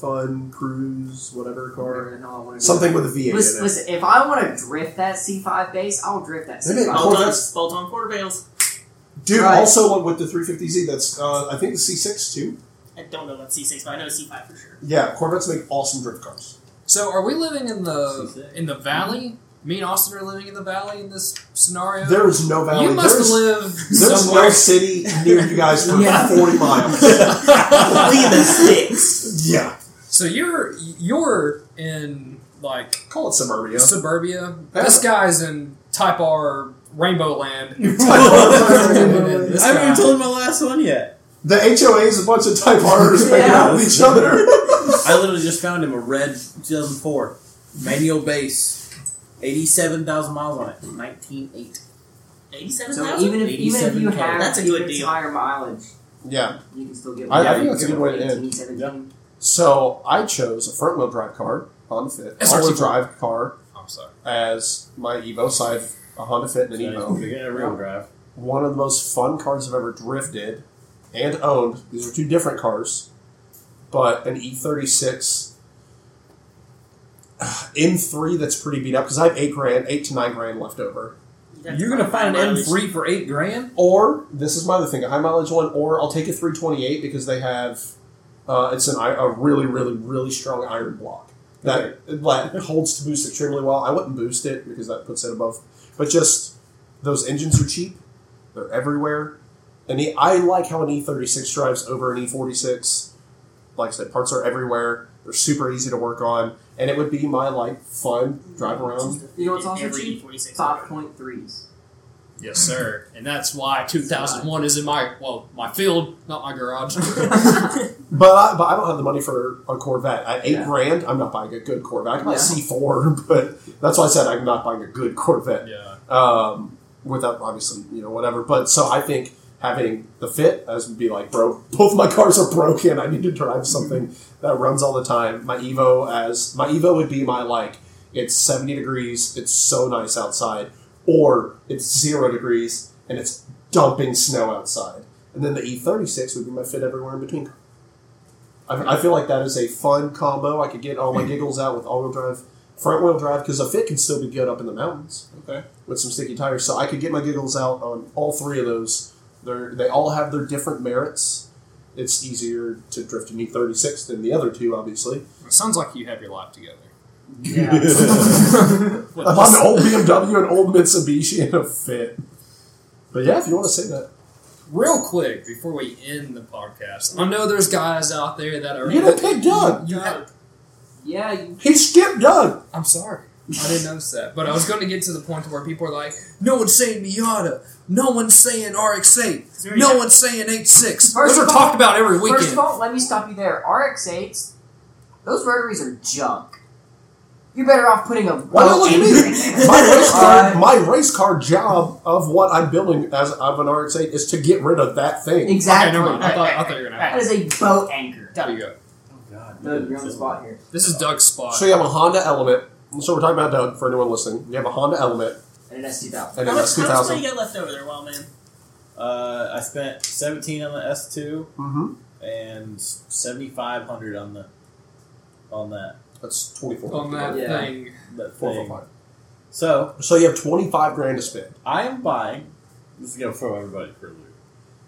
Speaker 3: fun cruise, whatever car,
Speaker 6: Whatever the hell I wanna do.
Speaker 3: something with a V8 in
Speaker 6: Listen,
Speaker 3: it.
Speaker 6: listen, if I want to drift that C5 base, I'll drift that
Speaker 3: They make Corvette-
Speaker 6: C5
Speaker 4: Bolt
Speaker 6: base.
Speaker 4: on,
Speaker 3: that's-
Speaker 4: bolt on quarter bales.
Speaker 3: Dude,
Speaker 6: Right.
Speaker 3: also one with the 350Z. That's uh, I think the C6 too.
Speaker 4: I don't know about C6, but I know C5 for sure.
Speaker 3: Yeah, Corvettes make awesome drift cars.
Speaker 2: So, are we living in the
Speaker 5: Six.
Speaker 2: in the valley? Me and Austin are living in the valley in this scenario.
Speaker 3: There is no valley.
Speaker 2: you must
Speaker 3: there's
Speaker 2: live
Speaker 3: there's
Speaker 2: somewhere.
Speaker 3: no city near you guys for
Speaker 6: Yeah.
Speaker 3: 40 miles.
Speaker 5: [laughs]
Speaker 4: Leave
Speaker 3: [laughs]
Speaker 4: [laughs] the six.
Speaker 3: yeah,
Speaker 2: [laughs] So you're you're in like
Speaker 3: call it suburbia.
Speaker 2: suburbia.
Speaker 3: Yeah.
Speaker 2: This guy's in Type R Rainbow Land.
Speaker 3: [laughs]
Speaker 5: [laughs]
Speaker 3: the
Speaker 2: This
Speaker 5: I
Speaker 2: guy-
Speaker 5: haven't even told my last one yet.
Speaker 3: HOA is a bunch of type R's making out with each other.
Speaker 5: I literally just found him a red 2004 manual base, 87,000 miles on it, 19.8.
Speaker 6: So
Speaker 4: 87,000?
Speaker 6: even if even if you
Speaker 5: 87K.
Speaker 6: have
Speaker 4: That's a
Speaker 6: even
Speaker 4: good
Speaker 6: if it's
Speaker 4: deal.
Speaker 6: higher mileage,
Speaker 3: [laughs] Yeah.
Speaker 6: you can still get.
Speaker 3: I- I
Speaker 6: one.
Speaker 3: think that's a good way to
Speaker 6: 18,
Speaker 3: end.
Speaker 6: 17.
Speaker 3: So I chose a front wheel drive car, Honda Fit,
Speaker 2: SRT.
Speaker 3: all wheel drive car
Speaker 2: I'm sorry.
Speaker 3: as my Evo. So I have a Honda Fit and an Evo.
Speaker 5: real drive.
Speaker 3: one of the most fun cars I've ever drifted and owned. These are two different cars, but an E E36 uh, M3 that's pretty beat up because I have eight grand, eight to nine grand left over.
Speaker 5: You're gonna find an M three for eight grand, or
Speaker 3: This is my other thing: a high mileage one, or I'll take a 328 because they have uh, it's an i- a really, really, really strong iron block that that holds to boost extremely well. I wouldn't boost it because that puts it above, but just those engines are cheap; they're everywhere. And the, I like how an E36 drives over an E46. Like I said, parts are everywhere. They're super easy to work on, and it would be my like fun drive around.
Speaker 6: You know what's also
Speaker 4: every
Speaker 6: cheap?
Speaker 4: 46
Speaker 6: Five [laughs] point threes.
Speaker 2: Yes, sir. And that's why 2001 is in my well, my field, not my
Speaker 5: [laughs]
Speaker 2: garage.
Speaker 3: But I, but I don't have the money for a Corvette. At eight
Speaker 6: Yeah.
Speaker 3: grand, I'm not buying a good Corvette. I can buy
Speaker 6: Yeah.
Speaker 3: a C4, [laughs] but that's why I said I'm not buying a good Corvette.
Speaker 2: yeah.
Speaker 3: Um, without obviously, you know, whatever. But so I think having the Fit as would be like, bro, both my [laughs] cars are broken. I need to drive something that runs all the time. My Evo as my Evo would be my like, it's 70 degrees, it's so nice outside, or it's zero degrees and it's dumping snow outside. And then the E36 would be my fit everywhere in between. I, I feel like that is a fun combo. I could get all my giggles out with all wheel drive, front wheel drive, because a fit can still be good up in the mountains
Speaker 5: okay,
Speaker 3: with some sticky tires. So I could get my giggles out on all three of those. They're, they all have their different merits. It's easier to drift an E36 than the other two, obviously.
Speaker 2: It sounds like you have your life
Speaker 5: [laughs]
Speaker 2: together.
Speaker 3: [laughs]
Speaker 6: Yeah.
Speaker 3: I bought an old BMW, an old Mitsubishi, and a Fit. But yeah, if you want to say that,
Speaker 2: Real quick before we end the podcast, I know there's guys out there that are.
Speaker 3: you didn't pick
Speaker 2: [laughs]
Speaker 3: Doug.
Speaker 2: You have-
Speaker 6: yeah. You,
Speaker 3: He skipped Doug.
Speaker 2: I'm sorry, I didn't notice that. But I was going to get to the point where people are like, "No one's saying Miata, no one's saying RX-8, no one's saying 8.6.
Speaker 6: First
Speaker 2: Those are
Speaker 6: of all-
Speaker 2: talked about every weekend.
Speaker 6: first of all, let me stop you there. RX-8s, those rotaries are junk. You're better off putting a.
Speaker 3: Why don't look at [laughs] me? My race car,
Speaker 6: Uh,
Speaker 3: my race car job of what I'm building as of an RX-8 is to get rid of that thing.
Speaker 2: okay,
Speaker 6: Exactly.
Speaker 2: never mind. I thought, I thought you were gonna.
Speaker 6: that is a boat anchor.
Speaker 2: There you go.
Speaker 5: oh god,
Speaker 6: Doug, you're on the spot here.
Speaker 2: This is Doug's spot.
Speaker 3: So you have a Honda Element. So we're talking about Doug for anyone listening. You have a Honda Element
Speaker 6: And an
Speaker 3: and
Speaker 6: S2000.
Speaker 4: How
Speaker 3: an
Speaker 4: much, how much money
Speaker 3: S2000.
Speaker 4: you got left over there, Wild Man?
Speaker 5: Uh, I spent seventeen on the S two
Speaker 3: Mm-hmm.
Speaker 5: and seventy five hundred on the on that
Speaker 3: That's twenty-four.
Speaker 2: on that
Speaker 6: Yeah.
Speaker 2: thing.
Speaker 5: that
Speaker 3: Four for
Speaker 5: thing.
Speaker 3: five.
Speaker 5: So
Speaker 3: So you have twenty-five grand to spend.
Speaker 5: I am buying. This is gonna throw everybody for a loop.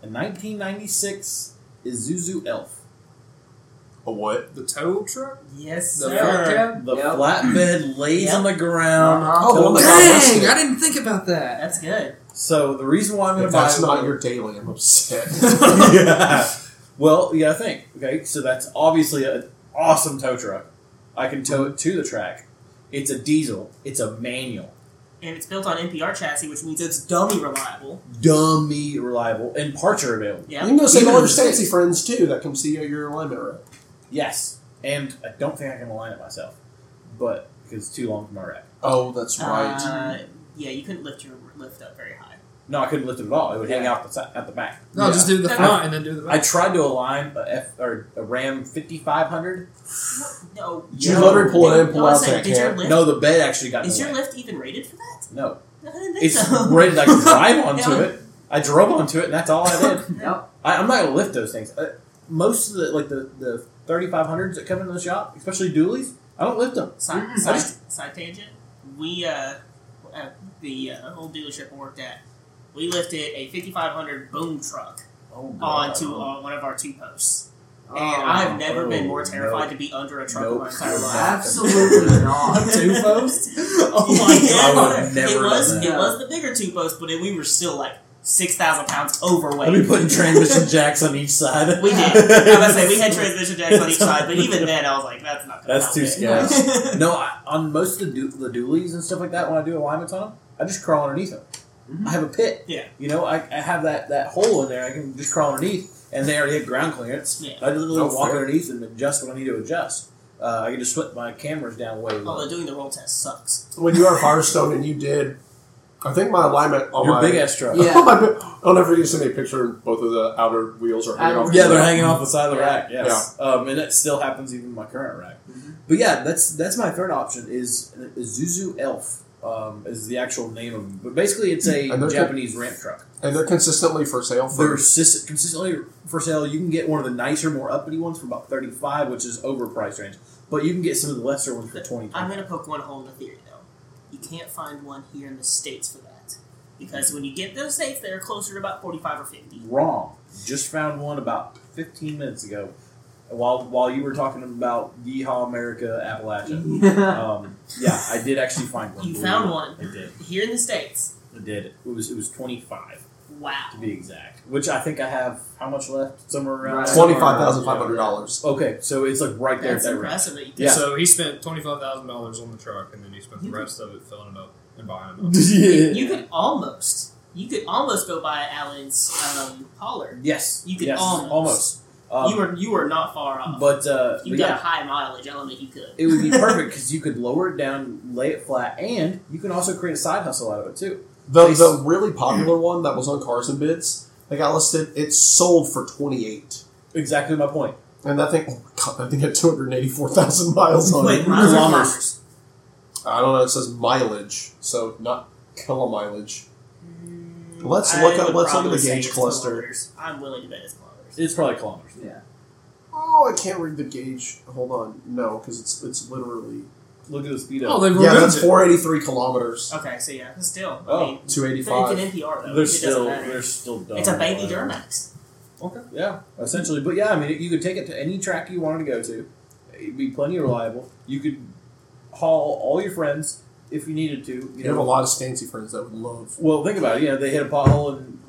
Speaker 5: A nineteen ninety six Isuzu Elf,
Speaker 3: A what?
Speaker 2: The tow truck?
Speaker 4: Yes,
Speaker 2: The
Speaker 4: sir.
Speaker 2: Hellcat?
Speaker 5: the
Speaker 6: Yep.
Speaker 5: flatbed lays
Speaker 4: Yep.
Speaker 5: on the ground.
Speaker 6: Uh-huh.
Speaker 3: Oh, the one that got
Speaker 5: Dang,
Speaker 3: arrested.
Speaker 2: I didn't think about that.
Speaker 4: That's good.
Speaker 5: So the reason why I'm gonna
Speaker 3: If
Speaker 5: buy
Speaker 3: that's
Speaker 5: one- [laughs]
Speaker 3: not your [laughs] daily, I'm [laughs] upset.
Speaker 5: yeah. Well, you gotta think. Okay, so that's obviously an awesome tow truck. I can tow it to the track. It's a diesel. It's a manual.
Speaker 4: And it's built on NPR chassis, which means it's dummy reliable.
Speaker 5: Dummy reliable, and parts are available.
Speaker 3: You
Speaker 4: Yeah.
Speaker 3: can go save
Speaker 5: Even
Speaker 3: all your
Speaker 5: if it's-
Speaker 3: fancy friends too that come see you at your alignment rep.
Speaker 5: Yes, and I don't think I can align it myself, but because it's too long for my rack.
Speaker 3: Oh, that's right.
Speaker 4: Uh, yeah, you couldn't lift your lift up very high.
Speaker 5: No, I couldn't lift it at all. It would hang out the side, at the back.
Speaker 2: No,
Speaker 3: Yeah.
Speaker 2: just do the
Speaker 4: No,
Speaker 2: front and then do the
Speaker 5: I
Speaker 2: back.
Speaker 5: tried to align a F or a Ram 5500.
Speaker 4: No.
Speaker 3: Did you let her pull in,
Speaker 4: Did-
Speaker 3: pull
Speaker 4: I
Speaker 3: out
Speaker 4: was saying,
Speaker 3: that
Speaker 4: did your
Speaker 3: can?
Speaker 4: lift?
Speaker 5: No, the bed actually got. in
Speaker 4: Is
Speaker 5: the
Speaker 4: your
Speaker 5: way.
Speaker 4: lift even rated for that?
Speaker 5: No,
Speaker 4: No, I didn't think
Speaker 5: it's
Speaker 4: so. [laughs]
Speaker 5: rated. I could drive onto
Speaker 4: Yeah.
Speaker 5: it. I drove onto it, and that's all I did.
Speaker 4: [laughs]
Speaker 6: Yep.
Speaker 5: I, I'm not gonna lift those things. Uh, most of the like the the 3500s that come into the shop, especially dualies, I don't lift them.
Speaker 4: Side,
Speaker 6: Mm,
Speaker 4: side,
Speaker 5: nice.
Speaker 4: side tangent. We uh, at the uh, old dealership I worked at, we lifted a 5500 boom truck
Speaker 5: Oh,
Speaker 4: onto uh, one of our two posts,
Speaker 6: Oh,
Speaker 4: and I've never been more
Speaker 5: no.
Speaker 4: terrified to be under a truck in
Speaker 5: oh, Nope.
Speaker 4: my entire
Speaker 5: [laughs]
Speaker 4: life.
Speaker 6: Absolutely
Speaker 4: [laughs]
Speaker 6: not.
Speaker 5: Two posts?
Speaker 4: [laughs] Oh my
Speaker 5: [laughs] I
Speaker 4: god!
Speaker 5: would have never
Speaker 4: it
Speaker 5: done
Speaker 4: was
Speaker 5: that.
Speaker 4: it was the bigger two posts, but it, we were still like six thousand pounds overweight.
Speaker 5: I'll be putting transmission jacks on each
Speaker 4: [laughs]
Speaker 5: side. [laughs]
Speaker 4: we did. I was say we had transmission jacks on each side, but even then, I was like, "That's not." Gonna
Speaker 5: That's too
Speaker 4: help it.
Speaker 5: no, I, on most of the, du- the dualies and stuff like that, when I do alignments on them, I just crawl underneath them.
Speaker 6: Mhm.
Speaker 5: I have a pit.
Speaker 4: Mm-hmm. Yeah.
Speaker 5: You know, I, I have that, that hole in there. I can just crawl underneath, and they already have ground clearance.
Speaker 4: Yeah.
Speaker 5: I literally
Speaker 3: Oh,
Speaker 5: walk
Speaker 3: fair.
Speaker 5: underneath and adjust what I need to adjust. Uh, I can just flip my cameras down way
Speaker 4: [laughs]
Speaker 5: low.
Speaker 4: Although doing Oh, the roll test sucks.
Speaker 3: when you were at Firestone and you did, I think my alignment on
Speaker 5: Your
Speaker 3: my
Speaker 5: big [laughs] ass truck.
Speaker 6: Yeah.
Speaker 3: [laughs] my bi- I'll never forget sending a picture. of Both of the outer wheels are hanging
Speaker 6: Outer
Speaker 3: off.
Speaker 5: Yeah, they're
Speaker 6: Yeah.
Speaker 5: hanging off the side of the
Speaker 6: Yeah.
Speaker 5: rack. Yes, um, and that still happens even in my current rack.
Speaker 4: Mm-hmm.
Speaker 6: Mhm.
Speaker 5: But yeah, that's that's my third option is Zuzu Elf um, is the actual name of them. But basically, it's a
Speaker 3: And they're-
Speaker 5: Japanese ramp truck.
Speaker 3: and they're consistently for sale for
Speaker 5: They're sis- consistently for sale. You can get one of the nicer, more uppity ones for about thirty five, which is overpriced range. But you can get some of the lesser ones for twenty.
Speaker 4: I'm gonna poke one hole in the theory though. You can't find one here in the states for that. Because when you get those dates, they're closer to about 45 or
Speaker 5: [laughs]
Speaker 4: 50.
Speaker 5: Wrong. Just found one about 15 minutes ago. While while you were talking about Yeehaw America Appalachia. [laughs] um, yeah, I did actually find one.
Speaker 4: You found one
Speaker 5: I did.
Speaker 4: here in the States.
Speaker 5: I did. It was it was 25
Speaker 4: Wow.
Speaker 5: to be exact. Which I think I have how much left? Somewhere around
Speaker 6: Right.
Speaker 3: Twenty five thousand five hundred dollars.
Speaker 5: Okay, so it's like right there.
Speaker 4: That's
Speaker 5: at that range.
Speaker 4: impressive. that you-
Speaker 5: Yeah.
Speaker 1: So he spent twenty five thousand dollars on the truck, and then he spent the rest of it filling it up and buying
Speaker 2: [laughs]
Speaker 1: it. Up.
Speaker 5: [laughs] yeah.
Speaker 4: You could almost, you could almost go by Alan's um, collar.
Speaker 5: yes.
Speaker 4: You could
Speaker 5: yes,
Speaker 4: almost.
Speaker 5: Um,
Speaker 4: you were you were not far off.
Speaker 5: but uh,
Speaker 4: you
Speaker 5: but
Speaker 4: got
Speaker 5: yeah,
Speaker 4: a high mileage element. You could.
Speaker 5: it would be perfect because you could lower it down, lay it flat, and you can also create a side hustle out of it too.
Speaker 3: The
Speaker 5: Nice.
Speaker 3: the really popular one that was on Cars and Bids, they got listed. It sold for twenty eight,
Speaker 5: Exactly my point.
Speaker 3: and that thing. Oh my god, that thing had two hundred eighty four thousand [laughs] miles on
Speaker 4: [laughs] Wait,
Speaker 3: it.
Speaker 4: miles or
Speaker 5: Kilometers.
Speaker 4: kilometers?
Speaker 3: I don't know. It says mileage, so not kilo mileage.
Speaker 4: Mm,
Speaker 3: Let's
Speaker 4: I
Speaker 3: look up-
Speaker 4: would
Speaker 3: let's look at the
Speaker 4: probably say
Speaker 3: gauge
Speaker 4: it's
Speaker 3: cluster.
Speaker 4: kilometers. I'm willing to bet it's kilometers.
Speaker 5: It's probably kilometers.
Speaker 6: yeah.
Speaker 3: Oh, I can't read the gauge. Hold on, no, because it's it's literally
Speaker 5: Look at the speed
Speaker 2: Oh,
Speaker 5: up.
Speaker 2: they removed
Speaker 3: yeah, that's
Speaker 2: it.
Speaker 3: four eighty three kilometers,
Speaker 4: Okay, so yeah, still. I
Speaker 5: Oh,
Speaker 4: mean,
Speaker 3: two eighty
Speaker 4: it's
Speaker 3: five.
Speaker 4: an NPR though.
Speaker 5: they're
Speaker 4: it doesn't
Speaker 5: still
Speaker 4: matter.
Speaker 5: they're still dumb.
Speaker 4: It's a baby
Speaker 5: Whatever.
Speaker 4: Duramax.
Speaker 5: Okay. Yeah, essentially. But yeah, I mean, you could take it to any track you wanted to go to. It'd be plenty reliable. You could haul all your friends if you needed to. You,
Speaker 3: You
Speaker 5: know,
Speaker 3: have a lot of Stancy friends that would love.
Speaker 5: Well, think about it. You know, they hit a pothole and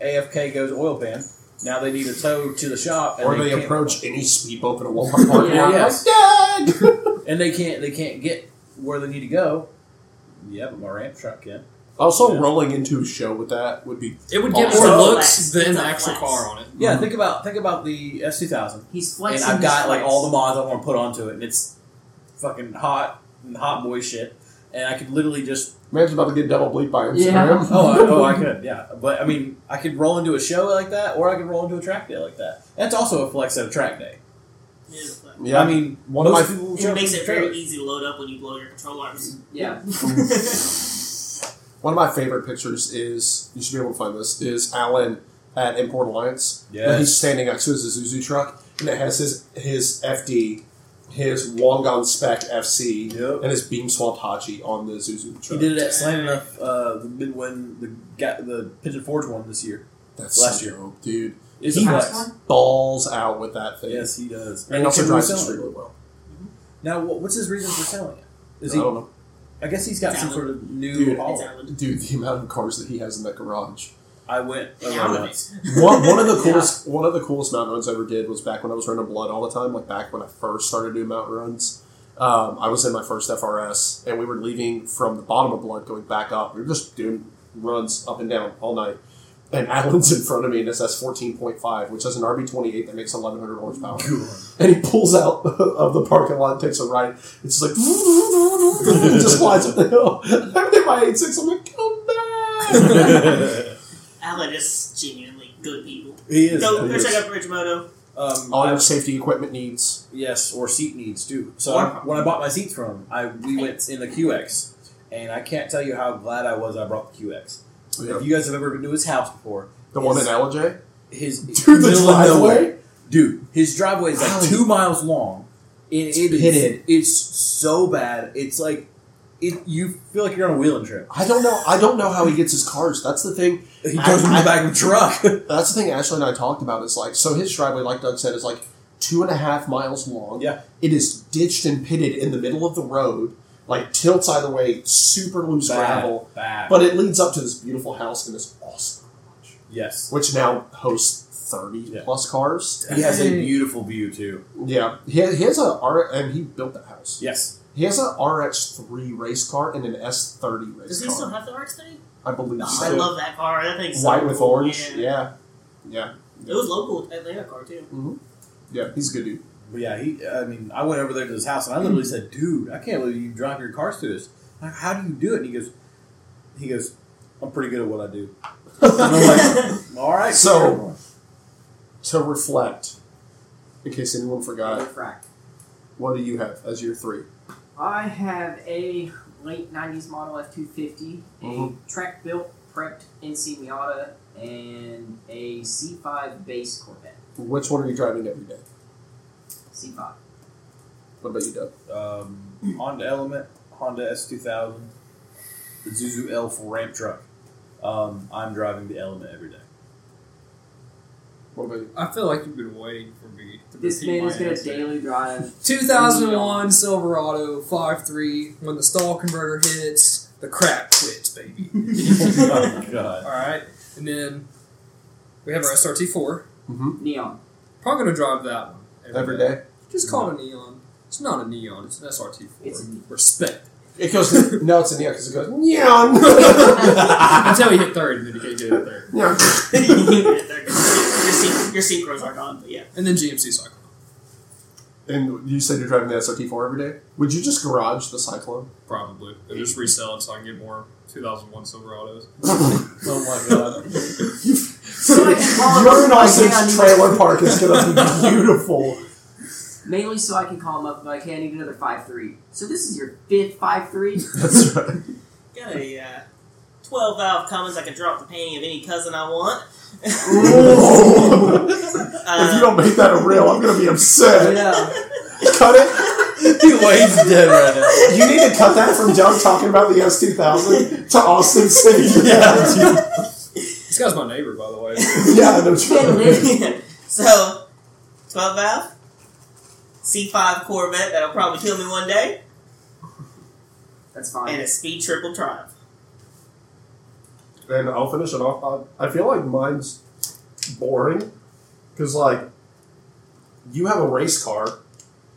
Speaker 5: AFK goes oil pan. Now they need a tow to the shop, and
Speaker 3: Or they
Speaker 5: can't-
Speaker 3: approach any speed bump in a Walmart parking
Speaker 6: Yeah.
Speaker 3: lot.
Speaker 5: Yes.
Speaker 3: I'm
Speaker 5: [laughs]
Speaker 3: dead!
Speaker 5: and they can't they can't get where they need to go. Yeah, but my ramp truck can.
Speaker 3: also,
Speaker 5: Yeah.
Speaker 3: rolling into a show with that would be
Speaker 2: It would get more
Speaker 3: Oh, it's a
Speaker 2: looks
Speaker 4: flex.
Speaker 2: than
Speaker 4: It's
Speaker 2: the
Speaker 4: a
Speaker 2: actual
Speaker 4: flex.
Speaker 2: car on it.
Speaker 5: Yeah,
Speaker 4: Mm-hmm.
Speaker 5: think about think about the S two thousand,
Speaker 6: He's
Speaker 5: and
Speaker 6: flexing.
Speaker 5: I've got like all the
Speaker 6: money.
Speaker 5: mods I want to put onto it, and it's fucking hot and hot boy shit. And I could literally just
Speaker 3: Man's about to get double bleeped by
Speaker 6: Yeah.
Speaker 3: Instagram.
Speaker 5: oh I, oh I could yeah, but I mean I could roll into a show like that, or I could roll into a track day like that. That's also a flex at a track day.
Speaker 4: It is a flex.
Speaker 3: Yeah,
Speaker 5: I mean
Speaker 3: One of
Speaker 5: most
Speaker 3: my-
Speaker 5: people
Speaker 4: It
Speaker 5: jump
Speaker 4: makes
Speaker 5: in
Speaker 4: it very
Speaker 5: trailers.
Speaker 4: easy to load up when you blow your control arms. [laughs]
Speaker 6: Yeah.
Speaker 3: one of my favorite pictures is you should be able to find this is Alan at Import Alliance.
Speaker 5: Yes.
Speaker 3: he's standing next to his Isuzu truck, and it has his his FD, his Wangon Spec FC,
Speaker 5: Yep.
Speaker 3: and his Beam Swapped Hachi on the Isuzu
Speaker 5: He
Speaker 3: truck.
Speaker 5: did it at Slam Enough, uh, the mid when the ga- the Pigeon Forge one this year.
Speaker 3: That's
Speaker 5: last
Speaker 3: so
Speaker 5: year.
Speaker 3: dope, dude.
Speaker 5: It's
Speaker 3: He
Speaker 5: a flex.
Speaker 6: has
Speaker 3: Balls out with that thing.
Speaker 5: Yes, he does.
Speaker 3: And he also
Speaker 5: can
Speaker 3: drives the
Speaker 5: resell
Speaker 3: street
Speaker 5: it.
Speaker 3: really well.
Speaker 5: Now, wha- what's his reason for selling it? Is
Speaker 3: I
Speaker 5: he?
Speaker 3: don't know.
Speaker 5: I guess he's got
Speaker 4: It's
Speaker 5: some
Speaker 4: Alan.
Speaker 5: sort of new.
Speaker 3: Dude,
Speaker 5: haul.
Speaker 4: It's Alan.
Speaker 3: Dude, the amount of cars that he has in that garage.
Speaker 5: I went. I
Speaker 4: Alan.
Speaker 5: went once.
Speaker 3: One, one of the coolest one of the coolest mountain runs I ever did was back when I was running blood all the time, like back when I first started doing mountain runs. Um, I was in my first FRS and we were leaving from the bottom of blood going back up. We were just doing runs up and down all night. And Alan's in front of me in his S fourteen point five, which has an RB twenty eight that makes eleven hundred horsepower. And he pulls out [laughs] of the parking lot, and takes a right. It's just like [laughs] it just flies up the hill. [laughs] I'm in my eight six. I'm like, come back.
Speaker 5: [laughs]
Speaker 4: Alan is genuinely good people.
Speaker 5: he is.
Speaker 4: Go,
Speaker 5: he
Speaker 4: go
Speaker 5: is.
Speaker 4: check out Bridgemoto.
Speaker 5: Um,
Speaker 3: All
Speaker 5: I-
Speaker 3: your safety equipment needs.
Speaker 5: yes, or seat needs too. So
Speaker 4: Or-
Speaker 5: when I bought my seats from, him, I we went in the QX, and I can't tell you how glad I was I brought the QX. If you guys have ever been to his house before,
Speaker 3: The one in
Speaker 5: Yes.
Speaker 3: LJ? [laughs]
Speaker 5: his
Speaker 3: To the
Speaker 5: middle of nowhere.
Speaker 3: driveway?
Speaker 5: dude. His driveway is like
Speaker 3: Wow.
Speaker 5: two miles long. It, it's
Speaker 3: pitted.
Speaker 5: It's so bad. It's like it. You feel like you're on a wheeling trip.
Speaker 3: I don't know. I don't know how he gets his cars. That's the thing.
Speaker 5: He
Speaker 3: I-
Speaker 5: goes in
Speaker 3: I-
Speaker 5: the back of a [laughs] truck.
Speaker 3: That's the thing. Ashley and I talked about. It's like so. His driveway, like Doug said, is like two and a half miles long.
Speaker 5: Yeah.
Speaker 3: it is ditched and pitted in the middle of the road. Like tilts either way, super loose gravel.
Speaker 5: Bad.
Speaker 3: But it leads up to this beautiful house and this awesome garage,
Speaker 5: yes,
Speaker 3: which now hosts thirty
Speaker 5: Yeah.
Speaker 3: plus cars.
Speaker 5: he has a beautiful view too.
Speaker 3: Yeah, he, he has a R and he built that house.
Speaker 5: Yes,
Speaker 3: He has a RX three race car and an S thirty race
Speaker 4: Does he
Speaker 3: car.
Speaker 4: still have the RX-30?
Speaker 3: I believe.
Speaker 4: Oh,
Speaker 3: so.
Speaker 4: I love that car. That thing's so
Speaker 3: White with
Speaker 4: cool.
Speaker 3: orange.
Speaker 4: Yeah.
Speaker 3: Yeah.
Speaker 4: It was local Atlanta car too.
Speaker 3: Yeah, he's a good dude.
Speaker 5: but yeah, he. I mean, I went over there to his house and I literally said, "Dude, I can't believe you drive your cars through this. Like, how do you do it?" And he goes, "He goes, I'm pretty good at what I do." [laughs] And I'm like, [laughs] "All right,
Speaker 3: So-
Speaker 5: sure."
Speaker 3: To reflect, in case anyone forgot,
Speaker 6: Refract.
Speaker 3: what do you have as your three?
Speaker 6: I have a late '90s model F250,
Speaker 3: Mhm.
Speaker 6: a track built, prepped NC Miata, and a C5 base Corvette.
Speaker 3: Which one are you driving every day?
Speaker 6: C5.
Speaker 3: What about you, Doug?
Speaker 5: um, Honda Element, Honda S2000, the Zuzu Elf ramp truck. Um, I'm driving the Element [laughs] every day.
Speaker 3: What about you?
Speaker 2: I feel like you've been waiting for me. To
Speaker 6: This
Speaker 2: repeat
Speaker 6: man is
Speaker 2: my
Speaker 6: going to
Speaker 2: answer.
Speaker 6: daily drive.
Speaker 2: 2001 Silverado 5.3. When the stall converter hits, the crap quits, baby.
Speaker 5: oh God.
Speaker 2: All right, and then we have our SRT4.
Speaker 6: Neon.
Speaker 2: Probably gonna drive that one
Speaker 3: Every day.
Speaker 2: Just call it a neon. It's not a neon. It's an SRT4.
Speaker 6: It's a-
Speaker 2: Respect. [laughs]
Speaker 3: It goes. no, it's a neon because it goes
Speaker 2: [laughs]
Speaker 3: neon.
Speaker 2: Until you hit third, then you can't get it there.
Speaker 3: neon.
Speaker 4: Yeah, they're good. [laughs] your, syn- your synchros are gone, but yeah.
Speaker 2: And then GMC cycle.
Speaker 3: And you said you're driving the SRT4 every day. Would you just garage the [laughs] Cyclone?
Speaker 2: Probably. They'll just resell it so I can get more 2001 Silverados.
Speaker 5: Oh my God.
Speaker 3: Your
Speaker 6: Yeah,
Speaker 3: Nelson's
Speaker 6: I need-
Speaker 3: trailer park is going to be beautiful.
Speaker 6: Mainly so I can call him up if I can't need another five three. So this is your fifth five three.
Speaker 3: [laughs] That's right.
Speaker 4: Got a uh, 12 valve Cummins I can drop the painting of any cousin I want. [laughs]
Speaker 3: Ooh. if you
Speaker 4: Um,
Speaker 3: don't make that a reel, I'm going to be upset.
Speaker 6: yeah.
Speaker 3: Cut
Speaker 5: [laughs]
Speaker 3: it.
Speaker 5: Wade's dead right now.
Speaker 3: You need to cut that from Doug talking about the S2000 to Austin
Speaker 5: [laughs]
Speaker 3: City. Yeah,
Speaker 2: This guy's my neighbor, by the way.
Speaker 3: yeah no joke.
Speaker 4: [laughs] so, 12 valve, C5 Corvette that'll probably kill me one day,
Speaker 6: That's
Speaker 4: and
Speaker 6: fine.
Speaker 4: a speed triple triumph.
Speaker 3: And I'll finish it off. I I feel like mine's boring because, like, you have a race car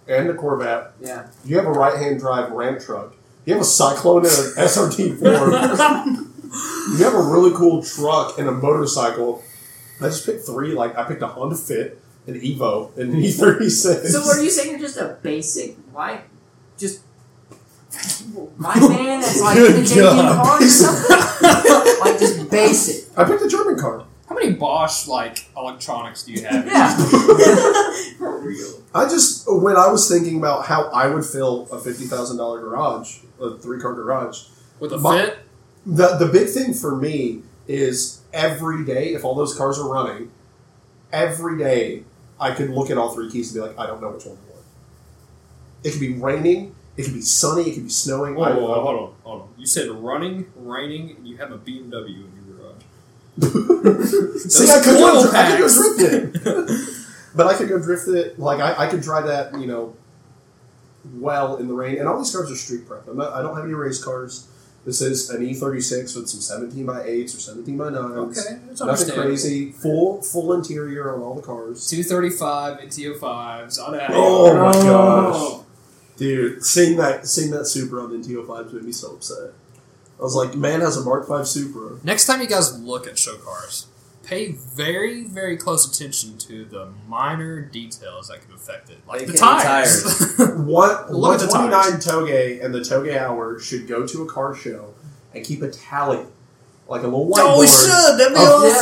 Speaker 3: and a Corvette.
Speaker 6: Yeah.
Speaker 3: You have a right-hand drive Ram truck. You have a Cyclone and an
Speaker 6: [laughs]
Speaker 3: SRT4. you have a really cool truck and a motorcycle. I just picked three. Like I picked a Honda Fit, an Evo, and an E E36.
Speaker 6: So what are you saying? You're just a basic why just my man that's like
Speaker 3: [laughs] Good
Speaker 6: in the Canadian
Speaker 3: God.
Speaker 6: car or something? [laughs] like just basic.
Speaker 3: I picked a German
Speaker 6: [laughs]
Speaker 3: car.
Speaker 2: How many Bosch like electronics do you have?
Speaker 6: Yeah.
Speaker 2: For real.
Speaker 3: I just when I was thinking about how I would fill a fifty thousand dollar garage, a three car garage.
Speaker 2: With a
Speaker 3: My-
Speaker 2: fit?
Speaker 3: The the big thing for me is every day, if all those cars are running, every day I could look at all three keys and be like, I don't know which one I want. It could be raining, it could be sunny, it could be snowing.
Speaker 2: Whoa,
Speaker 3: I-
Speaker 2: whoa, whoa, hold on, hold on. You said running, raining, and you have a BMW in your garage.
Speaker 3: [laughs] See, I could, go,
Speaker 2: Those
Speaker 3: I could go
Speaker 2: oil
Speaker 3: drift it.
Speaker 2: [laughs]
Speaker 3: but I could go drift it. Like, I, I could drive that, you know, well in the rain. And all these cars are street prep. I'm not, I don't have any race cars. This is an E36 with some 17 by 8s or 17 by 9s.
Speaker 2: Okay, that's
Speaker 3: Nothing
Speaker 2: understandable.
Speaker 3: crazy. Full full interior on all the cars.
Speaker 2: 235 NTO 5s. on that.
Speaker 3: Oh my
Speaker 6: Oh.
Speaker 3: gosh. Dude, seeing that seeing that Supra on the NTO 5s made me so upset. I was like, man has a Mark 5 Supra.
Speaker 2: Next time you guys look at show cars, pay very, very close attention to the minor details that could affect it. Like
Speaker 5: Like
Speaker 2: the
Speaker 5: the
Speaker 2: tires. [laughs]
Speaker 3: What
Speaker 2: Look at the
Speaker 3: 129 Toge and the Toge Hour should go to a car show and keep a tally, like a little
Speaker 2: we
Speaker 3: whiteboard
Speaker 2: That'd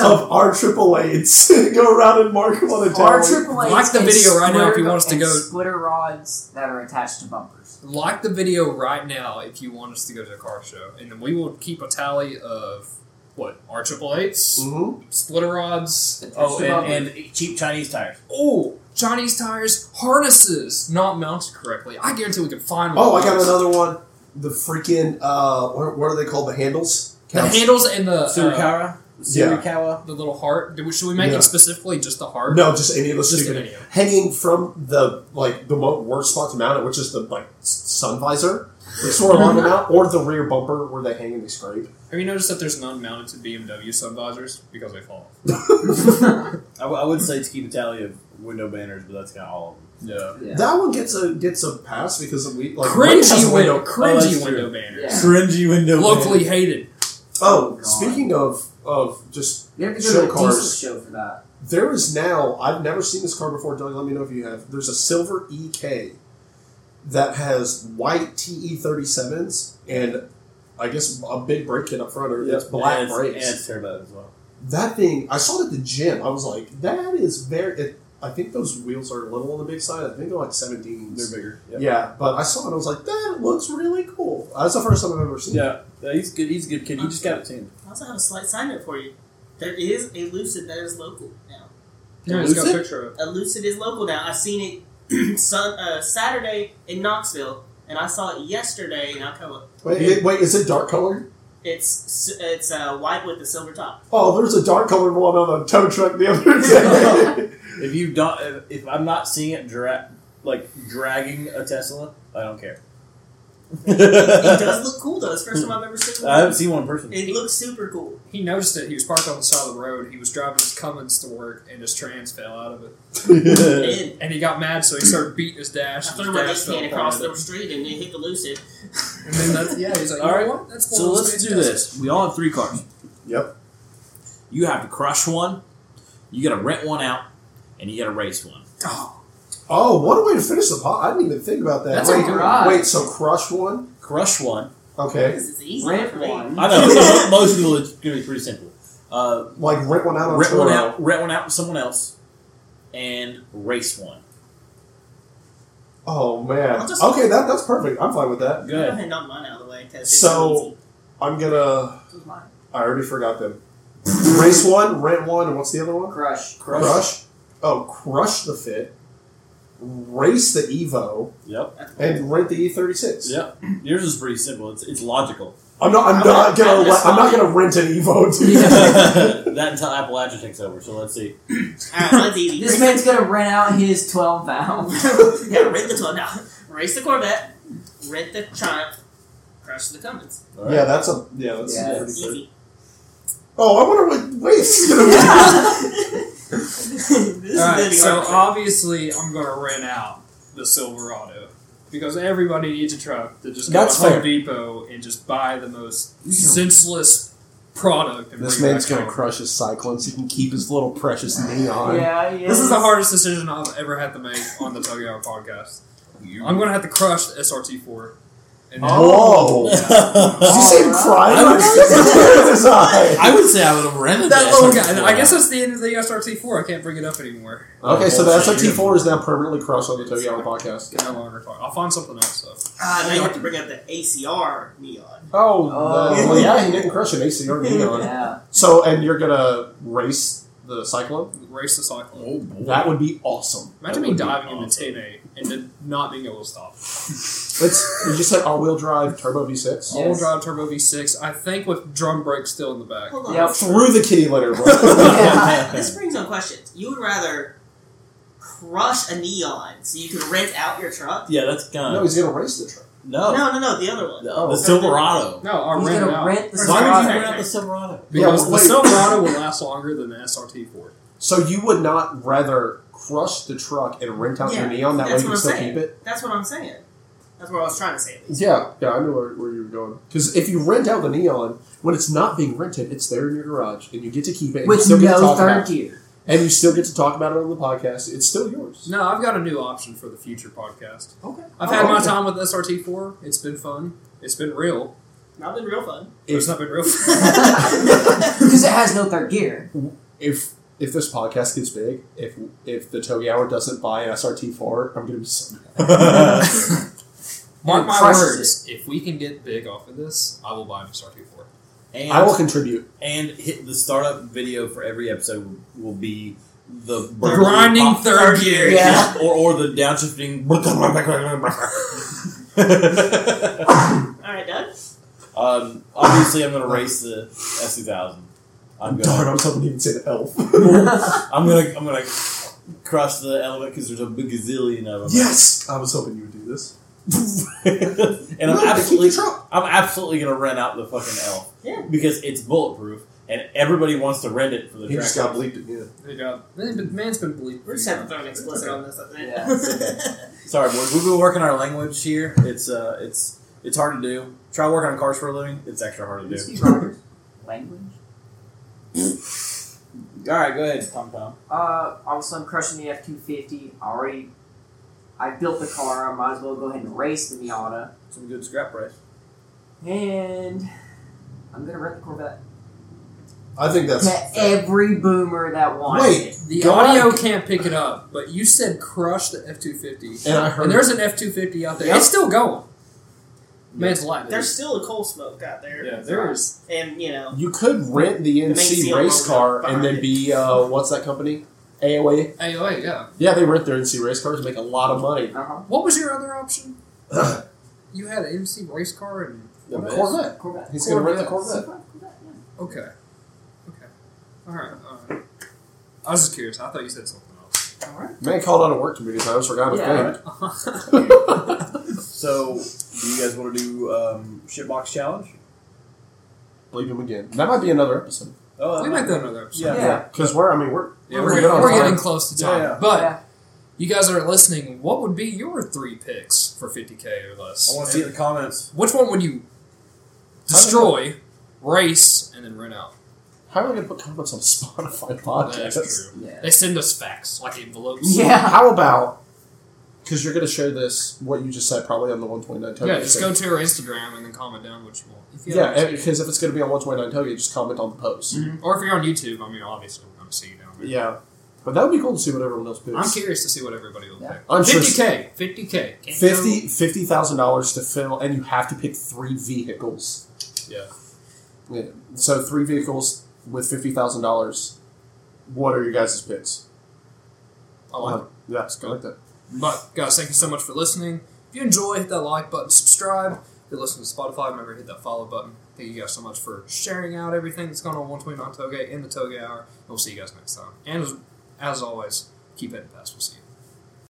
Speaker 3: of, of our triple eights. [laughs] go around and mark them on a
Speaker 6: Our
Speaker 3: tally.
Speaker 6: triple A's
Speaker 2: Like the
Speaker 6: and
Speaker 2: video right now if you
Speaker 6: splitter-
Speaker 2: want us to
Speaker 6: and
Speaker 2: go-
Speaker 6: splitter rods that are attached to bumpers.
Speaker 2: Like the video right now if you want us to go to a car show. And then we will keep a tally of what? R triple eights?
Speaker 3: Mhm.
Speaker 2: Splitter rods?
Speaker 6: Attached
Speaker 5: Oh,
Speaker 6: to bumpers.
Speaker 5: and, and cheap Chinese tires.
Speaker 2: Oh, Chinese tires, harnesses, not mounted correctly. I guarantee we can find one.
Speaker 3: Oh, I
Speaker 2: of
Speaker 3: got
Speaker 2: those.
Speaker 3: another one. The freaking uh, what, what are they called? The handles.
Speaker 2: The handles and the uh,
Speaker 5: Surikawa.
Speaker 3: Yeah.
Speaker 5: Surikawa.
Speaker 2: the little heart. Do we- Should we make
Speaker 3: Yeah.
Speaker 2: it specifically just the heart?
Speaker 3: No, just any of those
Speaker 2: Just
Speaker 3: stupid
Speaker 2: any of them.
Speaker 3: hanging from the like the mo- worst spot to mount it, which is the like s- sun visor. They sort of on them out, or the rear bumper where they hang and they scrape.
Speaker 2: Have you noticed that there's none mounted to BMW sun visors because they fall off?
Speaker 5: I, w- I would say to keep a tally of window banners, but that's kind of all of them.
Speaker 2: Yeah.
Speaker 6: Yeah.
Speaker 3: That one gets a gets a pass because we like Wayne has
Speaker 2: Cringy
Speaker 3: a
Speaker 2: window,
Speaker 5: Oh,
Speaker 2: cringy
Speaker 5: that's
Speaker 2: window
Speaker 5: true.
Speaker 2: banners.
Speaker 6: Yeah.
Speaker 5: Cringy window.
Speaker 2: Locally hated.
Speaker 3: Oh,
Speaker 6: God.
Speaker 3: speaking of of just
Speaker 6: You have to
Speaker 3: Show
Speaker 6: go to a diesel
Speaker 3: cars.
Speaker 6: show for that.
Speaker 3: there is now I've never seen this car before. Don't let me know if you have. There's a silver EK that has white TE thirty sevens and I guess a big brake kit
Speaker 2: [laughs]
Speaker 3: up front or it's black
Speaker 5: and it's,
Speaker 3: brakes.
Speaker 5: And it's turbo as well.
Speaker 3: that thing I saw it at the gym. I was like, that is very. It, I think those wheels are a little on the big side. I think they're like 17s.
Speaker 5: They're bigger. Yeah.
Speaker 3: Yeah, but I saw it. I was like, that looks really cool. That's the first time I've ever seen. it.
Speaker 5: Yeah. Yeah, he's good. He's a good kid. You just got it tuned.
Speaker 4: I also have a slight side note for you. There is a Lucid that is local now.
Speaker 2: Yeah, it's got a
Speaker 5: Lucid?
Speaker 2: picture of it.
Speaker 4: A Lucid is local now. I seen it [clears throat] sun, uh, Saturday in Knoxville, and I saw it yesterday in Alcoa.
Speaker 3: Wait, it- wait, is it dark colored?
Speaker 4: It's it's uh, white with the silver top.
Speaker 3: Oh, there's a dark colored one on a tow truck the other day.
Speaker 5: If you don't, if, if I'm not seeing it dra- like dragging a Tesla, I don't care.
Speaker 4: It
Speaker 5: [laughs]
Speaker 4: does look cool though. It's the first time I've ever seen
Speaker 5: I haven't
Speaker 4: one.
Speaker 5: seen one in person.
Speaker 4: It looks super cool.
Speaker 2: He noticed it. He was parked on the side of the road. He was driving his Cummins to work, and his trans fell out of it.
Speaker 5: [laughs]
Speaker 4: And
Speaker 2: And he got mad, so he started beating his dash.
Speaker 4: I
Speaker 2: and his
Speaker 4: threw my
Speaker 2: dash
Speaker 4: dish
Speaker 2: fell
Speaker 4: can across
Speaker 2: apart.
Speaker 4: the street and it hit the lucid.
Speaker 2: And then
Speaker 4: [laughs]
Speaker 2: that's, yeah, he's like,
Speaker 5: All
Speaker 2: all right,
Speaker 5: right.
Speaker 2: what? That's one
Speaker 5: So
Speaker 2: of those
Speaker 5: let's do
Speaker 2: fantastic-
Speaker 5: this. We all have three cars.
Speaker 3: yep.
Speaker 5: You have to crush one. You got to rent one out, and you got to race one.
Speaker 2: Oh,
Speaker 3: Oh, what a way to finish the pot. I didn't even think about that.
Speaker 6: That's
Speaker 3: wait,
Speaker 6: a good one.
Speaker 3: wait, so crush one?
Speaker 5: Crush one.
Speaker 3: Okay.
Speaker 4: This is easy.
Speaker 6: Rent
Speaker 4: for me.
Speaker 6: one.
Speaker 5: I know [laughs] so
Speaker 4: [laughs]
Speaker 5: most people it's going to be pretty simple. Uh,
Speaker 3: Like rent one out on
Speaker 5: rent
Speaker 3: Turo.
Speaker 5: one out. Rent one out with someone else, and race one.
Speaker 3: Oh man.
Speaker 4: I'll just-
Speaker 3: Okay, that that's perfect. I'm fine with that.
Speaker 5: Go ahead.
Speaker 4: ahead, knock mine out of the way. 'cause it's
Speaker 3: So- I'm gonna.
Speaker 6: This was mine.
Speaker 3: I already forgot them. Race one, rent one, and what's the other one?
Speaker 6: Crush.
Speaker 5: Crush.
Speaker 3: Oh, crush the fit. Race the Evo
Speaker 5: Yep.
Speaker 3: and rent the E E36.
Speaker 5: Yep. Yours is pretty simple. It's, it's logical.
Speaker 3: I'm not. I'm not
Speaker 4: I'm not-
Speaker 3: gonna.
Speaker 4: I'm
Speaker 3: let-
Speaker 4: just
Speaker 3: I'm not
Speaker 4: fine.
Speaker 3: gonna rent an Evo. Dude.
Speaker 5: [laughs]
Speaker 3: [laughs]
Speaker 5: that until Appalachia takes over. So let's see.
Speaker 4: easy. Alright, mine's easy.
Speaker 6: This man's gonna rent out his
Speaker 2: [laughs]
Speaker 6: 12 valve.
Speaker 4: [laughs] yeah, rent the Toyota. No. [laughs] Race the Corvette. Rent the Triumph. Crush the Cummins.
Speaker 5: All right.
Speaker 3: Yeah, that's a. Yeah, that's
Speaker 6: Yeah,
Speaker 3: pretty
Speaker 4: It's
Speaker 3: good.
Speaker 4: easy.
Speaker 3: Oh, I wonder what race is gonna be.
Speaker 4: [laughs] this is
Speaker 2: All right,
Speaker 4: gonna be
Speaker 2: so
Speaker 4: hard.
Speaker 2: obviously I'm going to rent out the Silverado because everybody needs a truck to just go
Speaker 5: That's
Speaker 2: to Home
Speaker 5: fair.
Speaker 2: Depot and just buy the most senseless product. And
Speaker 3: This
Speaker 2: bring it
Speaker 3: man's
Speaker 2: back
Speaker 3: gonna
Speaker 2: home.
Speaker 3: crush his Cyclones. He can keep his little precious neon.
Speaker 6: yeah, yeah.
Speaker 2: This is the hardest decision I've ever had to make on the Tokyo Hour podcast.
Speaker 5: You- [laughs]
Speaker 2: I'm going to have to crush the SRT4. And then-
Speaker 3: Whoa! Did
Speaker 5: [laughs]
Speaker 3: you see him
Speaker 6: Alright.
Speaker 3: crying? [laughs]
Speaker 5: I
Speaker 3: I
Speaker 5: was-
Speaker 3: tears in his eye.
Speaker 5: I would say I would have rented
Speaker 2: that
Speaker 5: this.
Speaker 2: little guy. I guess that's the end of the SRT4. I can't bring it up anymore.
Speaker 3: Okay, so the
Speaker 5: Bullshit.
Speaker 3: SRT4 is now permanently crushed on the Toby Hour podcast.
Speaker 2: No longer talk. I'll find something else though.
Speaker 4: Uh, now you have to bring up the ACR Neon.
Speaker 3: Oh,
Speaker 6: Oh.
Speaker 3: the- well, yeah, he didn't crush an ACR neon.
Speaker 6: Yeah.
Speaker 3: So, and you're gonna race the Cyclone?
Speaker 2: Race the cyclone.
Speaker 5: Oh, boy.
Speaker 3: That would be awesome.
Speaker 2: Imagine me
Speaker 3: That would be
Speaker 2: diving into
Speaker 3: awesome.
Speaker 2: 10A and then not being able to stop.
Speaker 3: It's you just said all-wheel drive turbo V6
Speaker 2: All-wheel
Speaker 6: Yes.
Speaker 2: drive turbo V6. I think with drum brakes still in the back.
Speaker 4: Hold on.
Speaker 6: Yep.
Speaker 3: through the kitty litter. Bro.
Speaker 4: Uh, this brings on questions. You would rather crush a neon so you could rent out your truck?
Speaker 5: yeah, that's kind
Speaker 3: no,
Speaker 5: of
Speaker 3: he's gonna race the truck.
Speaker 5: Oh. no.
Speaker 4: No, no, no, the other one.
Speaker 5: The,
Speaker 3: Oh.
Speaker 5: the Silverado.
Speaker 2: No, I'll
Speaker 6: He's
Speaker 2: rent it
Speaker 6: gonna
Speaker 2: out.
Speaker 6: rent the
Speaker 4: Why
Speaker 5: Why would you
Speaker 6: Silverado.
Speaker 5: rent out the Silverado?
Speaker 2: because
Speaker 3: wait.
Speaker 2: the Silverado will last longer than the SRT4.
Speaker 3: So you would not rather crush the truck and rent out
Speaker 4: Yeah,
Speaker 3: your neon that way
Speaker 4: that's
Speaker 3: you
Speaker 4: what
Speaker 3: can
Speaker 4: I'm
Speaker 3: still
Speaker 4: saying.
Speaker 3: keep it?
Speaker 4: That's what I'm saying. That's what I was trying to say. At least.
Speaker 3: Yeah, yeah, I knew where, where you were going. Because if you rent out the neon when it's not being rented, it's there in your garage, and you get to keep it. And you
Speaker 6: With
Speaker 3: still get to
Speaker 6: no
Speaker 3: talk
Speaker 6: third
Speaker 3: about it.
Speaker 6: gear. [laughs]
Speaker 3: and you still get to talk about it on the podcast. It's still yours.
Speaker 2: No, I've got a new option for the future podcast.
Speaker 3: Okay,
Speaker 2: I've had my time with SRT4. It's been fun. It's been real.
Speaker 4: Not been real fun. [laughs]
Speaker 2: But It's not been real. [laughs]
Speaker 6: Because it has no third gear.
Speaker 3: If if this podcast gets big, if if the Toby Hour doesn't buy an SRT four, I'm gonna be so mad. [laughs]
Speaker 2: Mark my
Speaker 6: crushes
Speaker 2: words. If we can get big off of this, I will buy an SRT4.
Speaker 5: and,
Speaker 3: I will contribute.
Speaker 5: and hit the startup video for every episode will, will be the
Speaker 2: grinding
Speaker 5: pop-
Speaker 2: third gear.
Speaker 6: Yeah.
Speaker 5: or or the
Speaker 3: [laughs]
Speaker 5: downshifting. [laughs]
Speaker 4: All right, Doug.
Speaker 5: um, obviously, I'm going to race the S two thousand. I'm
Speaker 3: Darn,
Speaker 5: going.
Speaker 3: I was hoping you would say the elf. [laughs]
Speaker 5: I'm going. to I'm going to crush the element because there's a gazillion of them.
Speaker 3: yes, I was hoping you would do this.
Speaker 5: [laughs] and
Speaker 3: No,
Speaker 5: I'm
Speaker 3: they keep
Speaker 5: absolutely,
Speaker 3: the truck.
Speaker 5: I'm absolutely gonna rent out the fucking elf.
Speaker 4: Yeah.
Speaker 5: Because it's bulletproof, and everybody wants to rent it for the
Speaker 3: He
Speaker 5: track.
Speaker 3: just got bleeped again.
Speaker 2: There you go. Man, but man's been bleeped.
Speaker 4: We're just having to throw an explicit on this, I think.
Speaker 5: Sorry, boys. We've been working our language here. It's uh, it's it's hard to do. Try working on cars for a living. It's extra hard to do.
Speaker 6: Language?
Speaker 5: All right, go ahead, Tom Tom.
Speaker 6: Uh, obviously, I'm crushing the F 250. I already. I built the car. I might as well go ahead and race the Miata.
Speaker 5: Some good scrap price.
Speaker 6: And. I'm gonna rent the Corvette
Speaker 3: I think that's
Speaker 6: to every boomer that wants
Speaker 3: wait.
Speaker 6: it.
Speaker 2: The
Speaker 3: God.
Speaker 2: audio can't pick it up, but you said crush the F two fifty,
Speaker 3: And I heard
Speaker 2: and there's an F two fifty out there.
Speaker 3: Yep.
Speaker 2: It's still going. Man's alive.
Speaker 4: [laughs] There's still a coal smoke out there.
Speaker 2: yeah, there is.
Speaker 4: And, you know,
Speaker 3: you could rent the NC
Speaker 4: Macy Elmo
Speaker 3: race car
Speaker 4: behind
Speaker 3: and then
Speaker 4: it.
Speaker 3: be uh, what's that company? AOA.
Speaker 2: AOA, oh, yeah.
Speaker 3: Yeah, they rent their NC race cars and make a lot of money.
Speaker 6: Uh-huh.
Speaker 2: [clears throat] What was your other option? you had an MC race car and
Speaker 5: The best.
Speaker 3: Corvette.
Speaker 6: Corvette.
Speaker 3: He's gonna rent the
Speaker 6: C5
Speaker 3: Corvette.
Speaker 6: Corvette, yeah.
Speaker 2: Okay. Okay. All right. All right. I was just curious. I thought you said something else.
Speaker 6: All right.
Speaker 3: Man called out of work to me because I always forgot his
Speaker 6: Yeah.
Speaker 3: name.
Speaker 5: So, do you guys want to do um, shitbox challenge?
Speaker 3: Leave him again. That might be another episode.
Speaker 5: Oh,
Speaker 2: [laughs]
Speaker 5: that
Speaker 2: we might do another episode.
Speaker 5: Yeah.
Speaker 6: Yeah.
Speaker 3: Because we're, I mean, we're
Speaker 2: Yeah,
Speaker 3: We're
Speaker 2: we're,
Speaker 3: good on
Speaker 2: we're
Speaker 3: time.
Speaker 2: getting close to
Speaker 5: Yeah,
Speaker 2: time.
Speaker 5: yeah.
Speaker 2: But
Speaker 6: Yeah.
Speaker 2: you guys that are listening. What would be your three picks for 50k or less?
Speaker 5: I want to see it in the comments.
Speaker 2: Which one would you destroy, race, and then rent out?
Speaker 3: how are we going to put comments on
Speaker 2: [laughs]
Speaker 3: Spotify
Speaker 2: That's
Speaker 3: podcasts?
Speaker 2: true.
Speaker 6: Yeah.
Speaker 2: They send us facts like envelopes.
Speaker 6: Yeah.
Speaker 3: How about because you're going to share this what you just said probably on the 129 Toga?
Speaker 2: Yeah, just go to our Instagram and then comment down what you want. If you
Speaker 3: Yeah,
Speaker 2: have- Mhm.
Speaker 3: because if it's going to be on 129 Toga, just comment on the post.
Speaker 2: or if you're on YouTube, I mean, obviously we're going to see you down there.
Speaker 3: Yeah, but that would be cool to see what everyone else picks.
Speaker 2: I'm curious to see what everybody will
Speaker 6: Yeah.
Speaker 2: pick.
Speaker 3: I'm sure-
Speaker 2: 50k, 50k, Can't
Speaker 3: Fifty fifty thousand dollars to fill, and you have to pick three vehicles.
Speaker 2: Yeah.
Speaker 3: Yeah. So three vehicles with fifty thousand dollars. What are your guys' picks?
Speaker 2: go- I like it.
Speaker 3: Uh, yeah, it's good like that.
Speaker 2: But guys, thank you so much for listening. If you enjoy, hit that like button, subscribe. If you're listening to Spotify, remember to hit that follow button. Thank you guys so much for sharing out everything that's going on 129 Toge in the Toge Hour. We'll see you guys next time. And as, as always, keep it past. We'll see you.